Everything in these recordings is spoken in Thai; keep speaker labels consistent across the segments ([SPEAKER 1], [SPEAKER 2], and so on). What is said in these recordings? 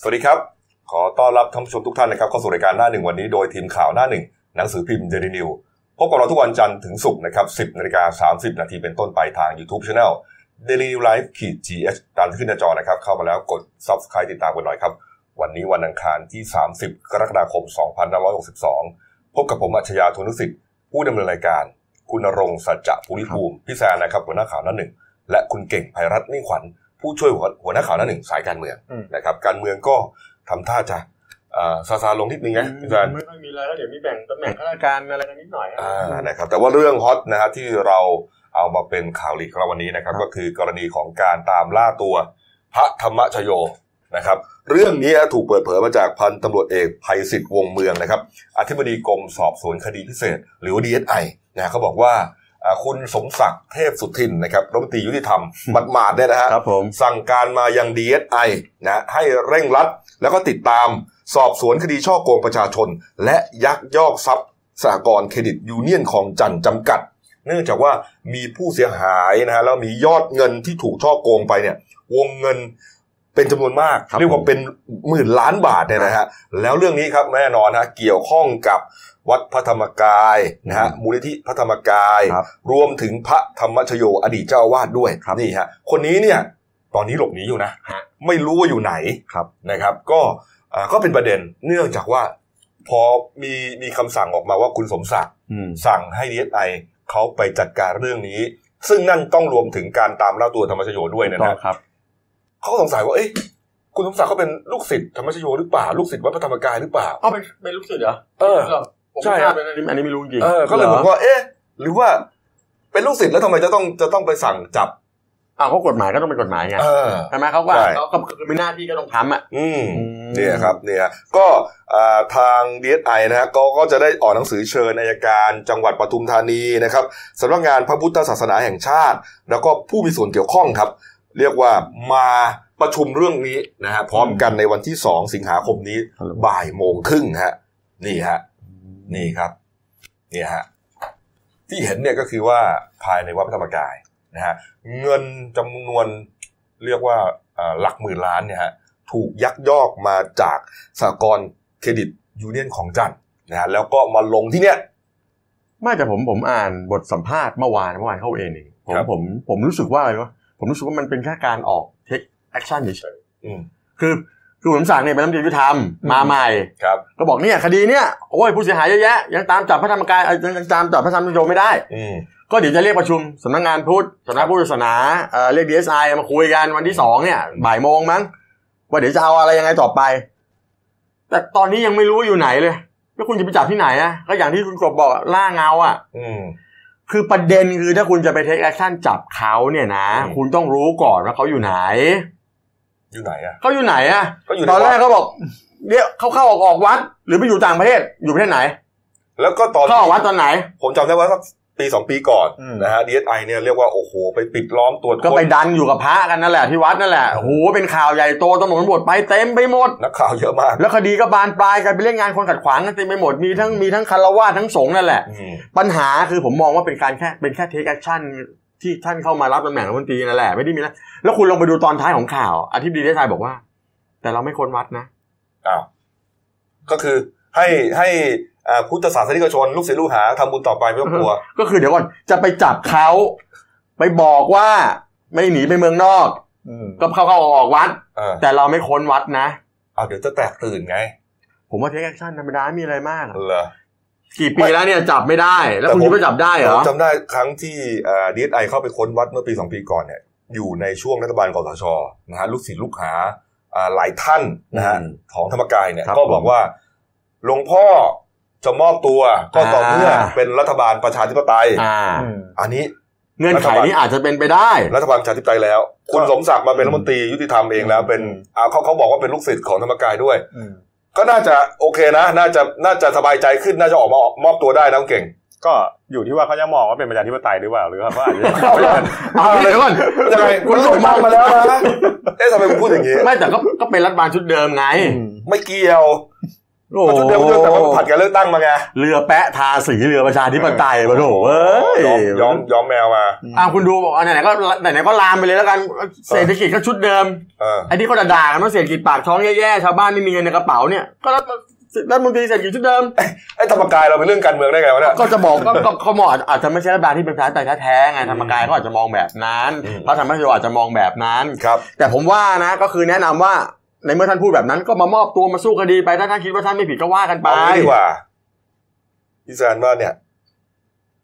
[SPEAKER 1] สวัสดีครับ ขอต้อนรับท่านผู้ชมทุกท่านนะครับเข้าสู่รายการหน้าหนึ่งวันนี้โดยทีมข่าวหน้าหนึ่งหนังสือพิมพ์เดลินิวพบกับเราทุกวันจันทร์ถึงศุกร์นะครับ 10นาฬิกา30 นาทีเป็นต้นไปทาง YouTube Channel Daily New Life ขีด GH ตามที่ขึ้นหน้าจอนะครับ เข้ามาแล้วกด Subscribe ติดตามกันหน่อยครับ วันนี้วันอังคารที่ 30 กรกฎาคม 2562 พบกับผมอัจฉริยะธนุสิทธิ์ผู้ดำเนินรายการ คุณณรงค์สัจจะภูริภูมิพี่แซนนะครับหัวหน้าข่าวหน้าหนึ่งและคุณเก่งภัยรัตน์มิ่งขวัญผู้ช่วยหัวหัวหน้าข่าวหน้าหนึ่งสายการเมือง
[SPEAKER 2] อืม
[SPEAKER 1] นะครับการเมืองก็ทำท่าจะเอ่อซาซาลงนิดนึงนะพี่แซน
[SPEAKER 2] ไม่ค่อยมีอะไรแล้วเดี๋ยวมีแบ่งตำแหน่งข้าราชการอะไรกันนิดหน่อยฮะ
[SPEAKER 1] อ่านะครับแต่ว่าเรื่องฮอตนะฮะที่เราเอามาเป็นข่าวหลีกของเราวันนี้นะครับ ก็คือกรณีของการตามล่าตัวพระธรรมชโยนะครับ เรื่องนี้ถูกเปิดเผยมาจากพันตำรวจเอกภัยศิษฐ์วงเมืองนะครับ อธิบดีกรมสอบสวนคดีพิเศษ หรือว่า DSI นะฮะเขาบอกว่าอ่าคุณสมศักดิ์เทพสุทินนะครับรัฐมนตรียุติ ธรรมหมาดๆเนี่ยนะฮะ
[SPEAKER 3] ครับผม
[SPEAKER 1] สั่งการมายัง DSI นะให้เร่งรัด แล้วก็ติดตามสอบสวนคดีช่อโกงประชาชน และยักยอกทรัพย์สหกรณ์เครดิตยูเนียนของจันทร์จำกัด เนื่องจากว่ามีผู้เสียหายนะฮะแล้วมียอดเงินที่ถูกช่อโกงไปเนี่ยวงเงินเป็นจำนวนมาก เรียกว่าเป็นหมื่นล้านบาทเนี่ยนะฮะแล้วเรื่องนี้ครับแน่นอนฮะเกี่ยวข้องกับวัดพระธรรมกายนะฮะมูลนิธิพระธรรมกาย
[SPEAKER 3] ครับ
[SPEAKER 1] รวมถึงพระธรรมชโยอดีตเจ้าอาวาสด้วย
[SPEAKER 3] ครับ
[SPEAKER 1] นี่ฮะคนนี้เนี่ยตอนนี้หลบหนีอยู่นะ ไม่รู้ว่าอยู่ไหน
[SPEAKER 3] ครับ
[SPEAKER 1] นะครับ ก็อ่าก็เป็นประเด็นเนื่องจากว่า พอมีมีคำสั่งออกมาว่าคุณสมศักดิ์
[SPEAKER 3] อืม
[SPEAKER 1] สั่งให้ดีเอสไอเขาไปจัดการเรื่องนี้ ซึ่งนั่นต้องรวมถึงการตามล่าตัวธรรมชโยด้วยเนย
[SPEAKER 3] ต้อ
[SPEAKER 1] นะ
[SPEAKER 3] งครับ
[SPEAKER 1] เขาก็สงสัยว่าเอ๊ะคุณสมศักดิ์เขาเป็นลูกศิษย์ธรรมชโยหรือเปล่า ลูกศิษย์วัดพระธรรมกายหรือเปล่า
[SPEAKER 2] เอาเป็นเป็นลูกศิษย์เหรอ
[SPEAKER 1] เออ
[SPEAKER 2] หรผม
[SPEAKER 1] ใช่
[SPEAKER 2] ไม่ท
[SPEAKER 1] ครั
[SPEAKER 2] ราบบ เลยนะอันนี้อันนี้ไม่รู้จริง
[SPEAKER 1] เออก็เลยบอกว่าเอ๊ะหรือว่าเป็นลูกศิษย์แล้วทำไมจะต้องจะต้องไปสั่งจับ
[SPEAKER 2] อ้าวเขากฎหมายก็ต้องเป็นกฎหมายไง
[SPEAKER 1] เออ
[SPEAKER 2] ใช่ไหมเขาก็
[SPEAKER 1] ใช่
[SPEAKER 2] เขาก็คือเป็นหน้าที่ก็ต้องทำอ่ะ
[SPEAKER 1] อืม
[SPEAKER 3] อืม
[SPEAKER 1] เนี่ยครับเนี่ยก็อ่าทาง DSI นะฮะก็ก็จะได้ออกหนังสือเชิญอายการจังหวัดปทุมธานีนะครับสำนักงานพระพุทธศาสนาแห่งชาติ แล้วก็ผู้มีส่วนเกี่ยวข้องครับ เรียกว่ามาประชุมเรื่องนี้นะฮะพร้อมกันในวันที่ 2 สิงหาคมนี้
[SPEAKER 3] ครับ
[SPEAKER 1] บ่ายโมงครึ่งฮะนี่ฮะนี่ครับเนี่ยฮะที่เห็นเนี่ยก็คือว่าภายในวัดพระธรรมกายนะฮะเงินจำนวนเรียกว่าอ่าหลักหมื่นล้านเนี่ยฮะ ถูกยักยอกมาจากสหกรณ์เครดิตยูเนียนของจันทร์นะฮะแล้วก็มาลงที่เนี่ย
[SPEAKER 3] ไม่แต่ผมผมอ่านบทสัมภาษณ์เมื่อวานเมื่อวานเข้าเองเองผม
[SPEAKER 1] ครับ
[SPEAKER 3] ผมผมรู้สึกว่าอะไรวะผมรู้สึกว่ามันเป็นแค่การออกเทคแอคชั่นเฉย
[SPEAKER 1] อืม
[SPEAKER 3] ๆคือคือผมสั่งเนี่ยเป็นน้ำดีวิธรรมมาใหม่
[SPEAKER 1] ครับ
[SPEAKER 3] ก็บอกเนี่ยคดีเนี่ยโอ้ยผู้เสียหายเยอะแยะยังตามจับพระธรรมกายเอ่อยังยังตามจับพระธรรมโยไม่ได้
[SPEAKER 1] อืม
[SPEAKER 3] ก็เดี๋ยวจะเรียกประชุมสำนักงานพุทธสำนักพุทธศาสนาเอ่อเรียกดีเอสไอมาคุยกันวันที่สองเนี่ยบ่ายโมงมั้งว่าเดี๋ยวจะเอาอะไรยังไงต่อไป แต่ตอนนี้ยังไม่รู้ว่าอยู่ไหนเลย แล้วคุณจะไปจับที่ไหนอะก็อย่างที่คุณกบบอกอะล่าเงาอะ
[SPEAKER 1] อืม
[SPEAKER 3] คือประเด็นคือถ้าคุณจะไปเทคแอคชั่นจับเขาเนี่ยนะ
[SPEAKER 1] อืม
[SPEAKER 3] คุณต้องรู้ก่อนว่าเขาอยู่ไหน
[SPEAKER 1] อยู่ไหนอ่ะ
[SPEAKER 3] เขาอยู่ไหนอะ
[SPEAKER 1] ก็อยู่
[SPEAKER 3] ตอน
[SPEAKER 1] ใน
[SPEAKER 3] แร
[SPEAKER 1] วั
[SPEAKER 3] ก
[SPEAKER 1] ด
[SPEAKER 3] เขาบอกเนี่ยเขาเข้าออกออกวัด หรือไปอยู่ต่างประเทศอยู่ประเทศไหน
[SPEAKER 1] แล้วก็ตอน
[SPEAKER 3] เข้าออกวัดตอนไหน
[SPEAKER 1] ผมจำได้ว่าสักปีสองปีก่อน
[SPEAKER 3] อืม
[SPEAKER 1] นะฮะ DSI เนี่ยเรียกว่าโอ้โห ไปปิดล้อมตรวจ
[SPEAKER 3] ก็
[SPEAKER 1] ค้
[SPEAKER 3] ไป
[SPEAKER 1] น
[SPEAKER 3] ดันอยู่กับพระกันนั่นแหละที่วัดนั่นแหละโอ้โหเป็นข่าวใหญ่โตตำรวจตำรวจไปเต็มไปหมด
[SPEAKER 1] นักข่าวเยอะมาก
[SPEAKER 3] แล้วคดีก็บานปลายกลายไปนเรื่องงานคนขัดขวางกันเต็มไปหมดมีทั้งมีทั้งคารวาสทั้งสงฆ์นั่นแหละ
[SPEAKER 1] อืม
[SPEAKER 3] ปัญหาคือผมมองว่าเป็นการแค่เป็นแค่เทคแอคชั่นที่ท่านเข้ามารับตำแหน่งรัฐมนตรีนั่นแหละไม่ได้มีนะแล้วคุณลองไปดูตอนท้ายของข่าวอธิบดีได้ทายบอกว่า แต่เราไม่ค้นวัดนะ
[SPEAKER 1] อ้าว ก็คือให้ให้อ่าพุทธศาสนิกชน ลูกศิษย์ลูกหาทำบุญต่อไปไม่ต้องกลัว
[SPEAKER 3] ก็คือเดี๋ยวก่อนจะไปจับเขาไปบอกว่าไม่หนีไปเมืองนอกก็เข้าเข้าออกๆวัด
[SPEAKER 1] เออ
[SPEAKER 3] แต่เราไม่ค้นวัดนะ
[SPEAKER 1] เอาเดี๋ยวจะแตกตื่นไง
[SPEAKER 3] ผมว่าเทคแอคชั่นธรรมดาไม่มีอะไรมากอะ
[SPEAKER 1] เหรอ
[SPEAKER 3] กี่ปีแล้วเนี่ยจับไม่ได้ แล้วคุณ
[SPEAKER 1] แต่ผม
[SPEAKER 3] คิดว่าจับได้เหร
[SPEAKER 1] ผม
[SPEAKER 3] อ
[SPEAKER 1] จำได้ครั้งที่ดีเอสไอเข้าไปค้นวัดเมื่อปีสองปีก่อนเนี่ยอยู่ในช่วงรัฐบาลกสชนะฮะลูกศิษย์ลูกหาอ่าหลายท่านนะฮะ
[SPEAKER 3] อืม
[SPEAKER 1] ของธรรมกายเนี่ย
[SPEAKER 3] ครับ
[SPEAKER 1] ก็บอกว่าหลวงพ่อจะมอบตัวก็ต่อเมื่ออา เป็นรัฐบาลประชาธิปไตย
[SPEAKER 3] อ่า
[SPEAKER 1] อันนี้
[SPEAKER 3] เงื่อนไขนี้อาจจะเป็นไปได้
[SPEAKER 1] รัฐบาลประชาธิปไตยแล้ว คุณสมศักดิ์มาเป็นรัฐมนตรียุติธรรมเองแล้วเป็น
[SPEAKER 2] อืม
[SPEAKER 1] อ่าเขาเขาบอกว่าเป็นลูกศิษย์ของธรรมกายด้วย ก็น่าจะโอเคนะ น่าจะน่าจะสบายใจขึ้นน่าจะออกมาออกมอบตัวได้นะคุณเก่ง
[SPEAKER 4] ก็อยู่ที่ว่าเขาจะมองว่าเป็นประชาธิปไตยหรือเปล่าหรือว่าเขาอาจจะ
[SPEAKER 3] เอาเลยก่อน
[SPEAKER 1] ยังไง
[SPEAKER 3] คุณสมมอง
[SPEAKER 1] มาแล้วนะเอ๊ะทำไมคุณพูดอย่างนี้
[SPEAKER 3] ไม่แต่ก็ก็เป็นรัฐบาลชุดเดิมไง
[SPEAKER 1] ไม่เกี่ยว
[SPEAKER 3] โอ้
[SPEAKER 1] ก็ชุดเดียวกันแต่ว่าผัดกันเลือกตั้งมาไง
[SPEAKER 3] เรือแปะทาสีเรือประชาธิปไตยมาโถเอ้ย
[SPEAKER 1] ยอมยอมยอมแมวมา
[SPEAKER 3] อ่ะคุณดูบอกอ่ะไหนๆก็ไหนๆก็ลามไปเลยแล้วกันเศรษฐกิจก็ชุดเดิม
[SPEAKER 1] เออ
[SPEAKER 3] ไอ้ที่เขาด่าๆกันว่าเศรษฐกิจปากท้องแย่ๆ ชาวบ้านไม่มีเงินในกระเป๋าเนี่ย ก็รัฐรัฐมนตรีเศรษฐกิจชุดเดิม
[SPEAKER 1] ไอ้ธรรมกายเราเป็นเรื่องการเมืองได้ไงวะเนี่ย
[SPEAKER 3] ก็จะบอกก็ก็เขามองอาจจะไม่ใช่รัฐบาลที่เป็นประชาธิปไตยแท้ๆไงธรรมกายก็อาจจะมองแบบนั้น
[SPEAKER 1] อืม
[SPEAKER 3] พระธรรมชโยอาจจะมองแบบนั้น
[SPEAKER 1] ครับ
[SPEAKER 3] แต่ผมว่านะก็คือแนะนำว่าในเมื่อท่านพูดแบบนั้นก็มามอบตัวมาสู้คดีไปถ้าท่านคิดว่าท่านไม่ผิดก็ว่ากันไป
[SPEAKER 1] เอางี้ดีกว่าพี่แซนว่าเนี่ย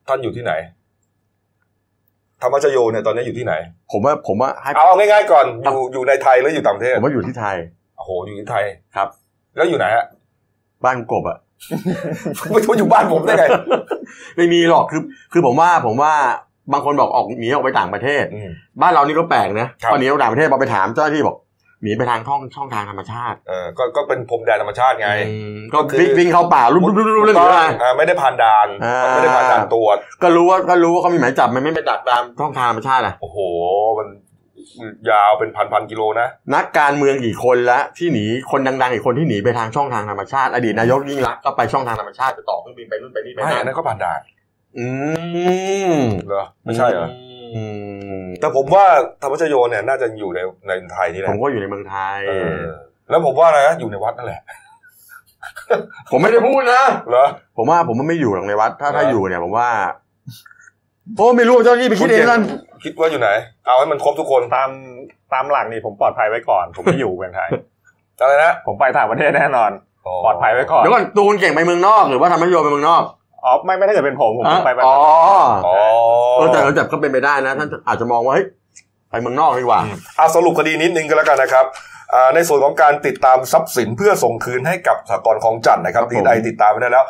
[SPEAKER 1] ท่านอยู่ที่ไหน ธรรมชโยเนี่ยตอนนี้อยู่ที่ไหน
[SPEAKER 3] ผมว่าผมว่าให้
[SPEAKER 1] เอาง่ายๆก่อนอยู่อยู่ในไทยหรืออยู่ต่างประเทศ
[SPEAKER 3] ผมว่าอยู่ที่ไทย
[SPEAKER 1] โอ้โหอยู่ที่ไทย
[SPEAKER 3] ครับ
[SPEAKER 1] แล้วอยู่ไหนฮะ
[SPEAKER 3] บ้านกบอะ
[SPEAKER 1] ไม่รู้อยู่บ้านผมได้ไง
[SPEAKER 3] ไม่มีหรอกคือคือผมว่าผมว่าบางคนบอกออกหนีออกไปต่างประเทศ
[SPEAKER 1] อืม
[SPEAKER 3] บ้านเรานี่ก็แปลกนะครับ พอหนีออกต่างประเทศพอไปถามเจ้าหน้าที่บอกหนีไปทางช่องช่องทางธรรมชาติ
[SPEAKER 1] เออก็ก็เป็นพรมแดนธรรมชาติไง
[SPEAKER 3] อืมก็
[SPEAKER 1] ก็คือ
[SPEAKER 3] วิ่งวิ่งเข้าป่าลุบลุบลุบลุบเล่นอยู่ได้
[SPEAKER 1] อ่าไม่ได้ผ่านด่าน
[SPEAKER 3] อ่า
[SPEAKER 1] ไม่ได้ผ่านด่านตรวจ
[SPEAKER 3] ก็รู้ว่าก็รู้ว่าเขามีหมายจับมันไม่ไปดักตามท่องทางธรรมชาติอ่ะ
[SPEAKER 1] โอ้โห มันยาวเป็นพันพันๆกิโลนะ
[SPEAKER 3] นักการเมืองกี่คนละที่หนีคนดังๆอีกคนที่หนีไปทางช่องทางธรรมชาติ อดีตนายกยิ่งรักษณ์ก็ไปช่องทางธรรมชาติไปต่อเครื่องบินไปนู่นไปนี่ไป
[SPEAKER 1] ไม่อันนั้
[SPEAKER 3] นั่น
[SPEAKER 1] นก็ผ่านด่าน
[SPEAKER 3] อืม
[SPEAKER 1] เหรอไม่ใช่เหรอ
[SPEAKER 3] อืม
[SPEAKER 1] แต่ผมว่าธรรมชโยเนี่ยน่าจะอยู่ในในไทยนี่แห
[SPEAKER 3] ผ
[SPEAKER 1] ละ
[SPEAKER 3] มก็อยู่ในเมืองไทย
[SPEAKER 1] เออ แล้วผมว่านะอยู่ในวัดนั่นแหละ
[SPEAKER 3] ผมไม่ได้พูดนะ
[SPEAKER 1] เหรอ
[SPEAKER 3] ผมว่าผมว่าไม่อยู่หรอกในวัด ถ้าถ้า
[SPEAKER 1] เอออ
[SPEAKER 3] อยู่เนี่ยผมว่าโอ้ไม่รู้เจ้าหน้าที่ไปคิดเองนั่น
[SPEAKER 1] คิดว่าอยู่ไหน เอาให้มันครบทุกคน
[SPEAKER 4] ตามตามหลักนี่ผมปลอดภัยไว้ก่อน ผมไม่อยู่เมืองไทย
[SPEAKER 1] อะไรนะ
[SPEAKER 4] ผมไปต่างประเทศแน่นอน ปลอดภัยไว้ก่อน
[SPEAKER 3] เดี๋ยวก่อนตูนเก่งไปเมืองนอกหรือว่าทำให้โยมไปเมืองนอก
[SPEAKER 4] อ๋อไม่ไม่ถ้าเกิดเป็นผมผม
[SPEAKER 3] อ๋
[SPEAKER 4] คงไปแบบ
[SPEAKER 3] อ
[SPEAKER 1] อ๋อ
[SPEAKER 3] เออแต่เราจับก็เป็นไปได้นะ ท่านอาจจะมองว่าเฮ้ยไปเมืองนอกดีกว่า
[SPEAKER 1] เอาสรุปคดีนิดนึงก็แล้วกันนะครับอ่าในส่วนของการติดตามทรัพย์สินเพื่อส่งคืนให้กับสหกรณ์ของจันทร์นะครับ
[SPEAKER 3] ครับผม
[SPEAKER 1] ที่ได้ติดตามไปได้แล้ว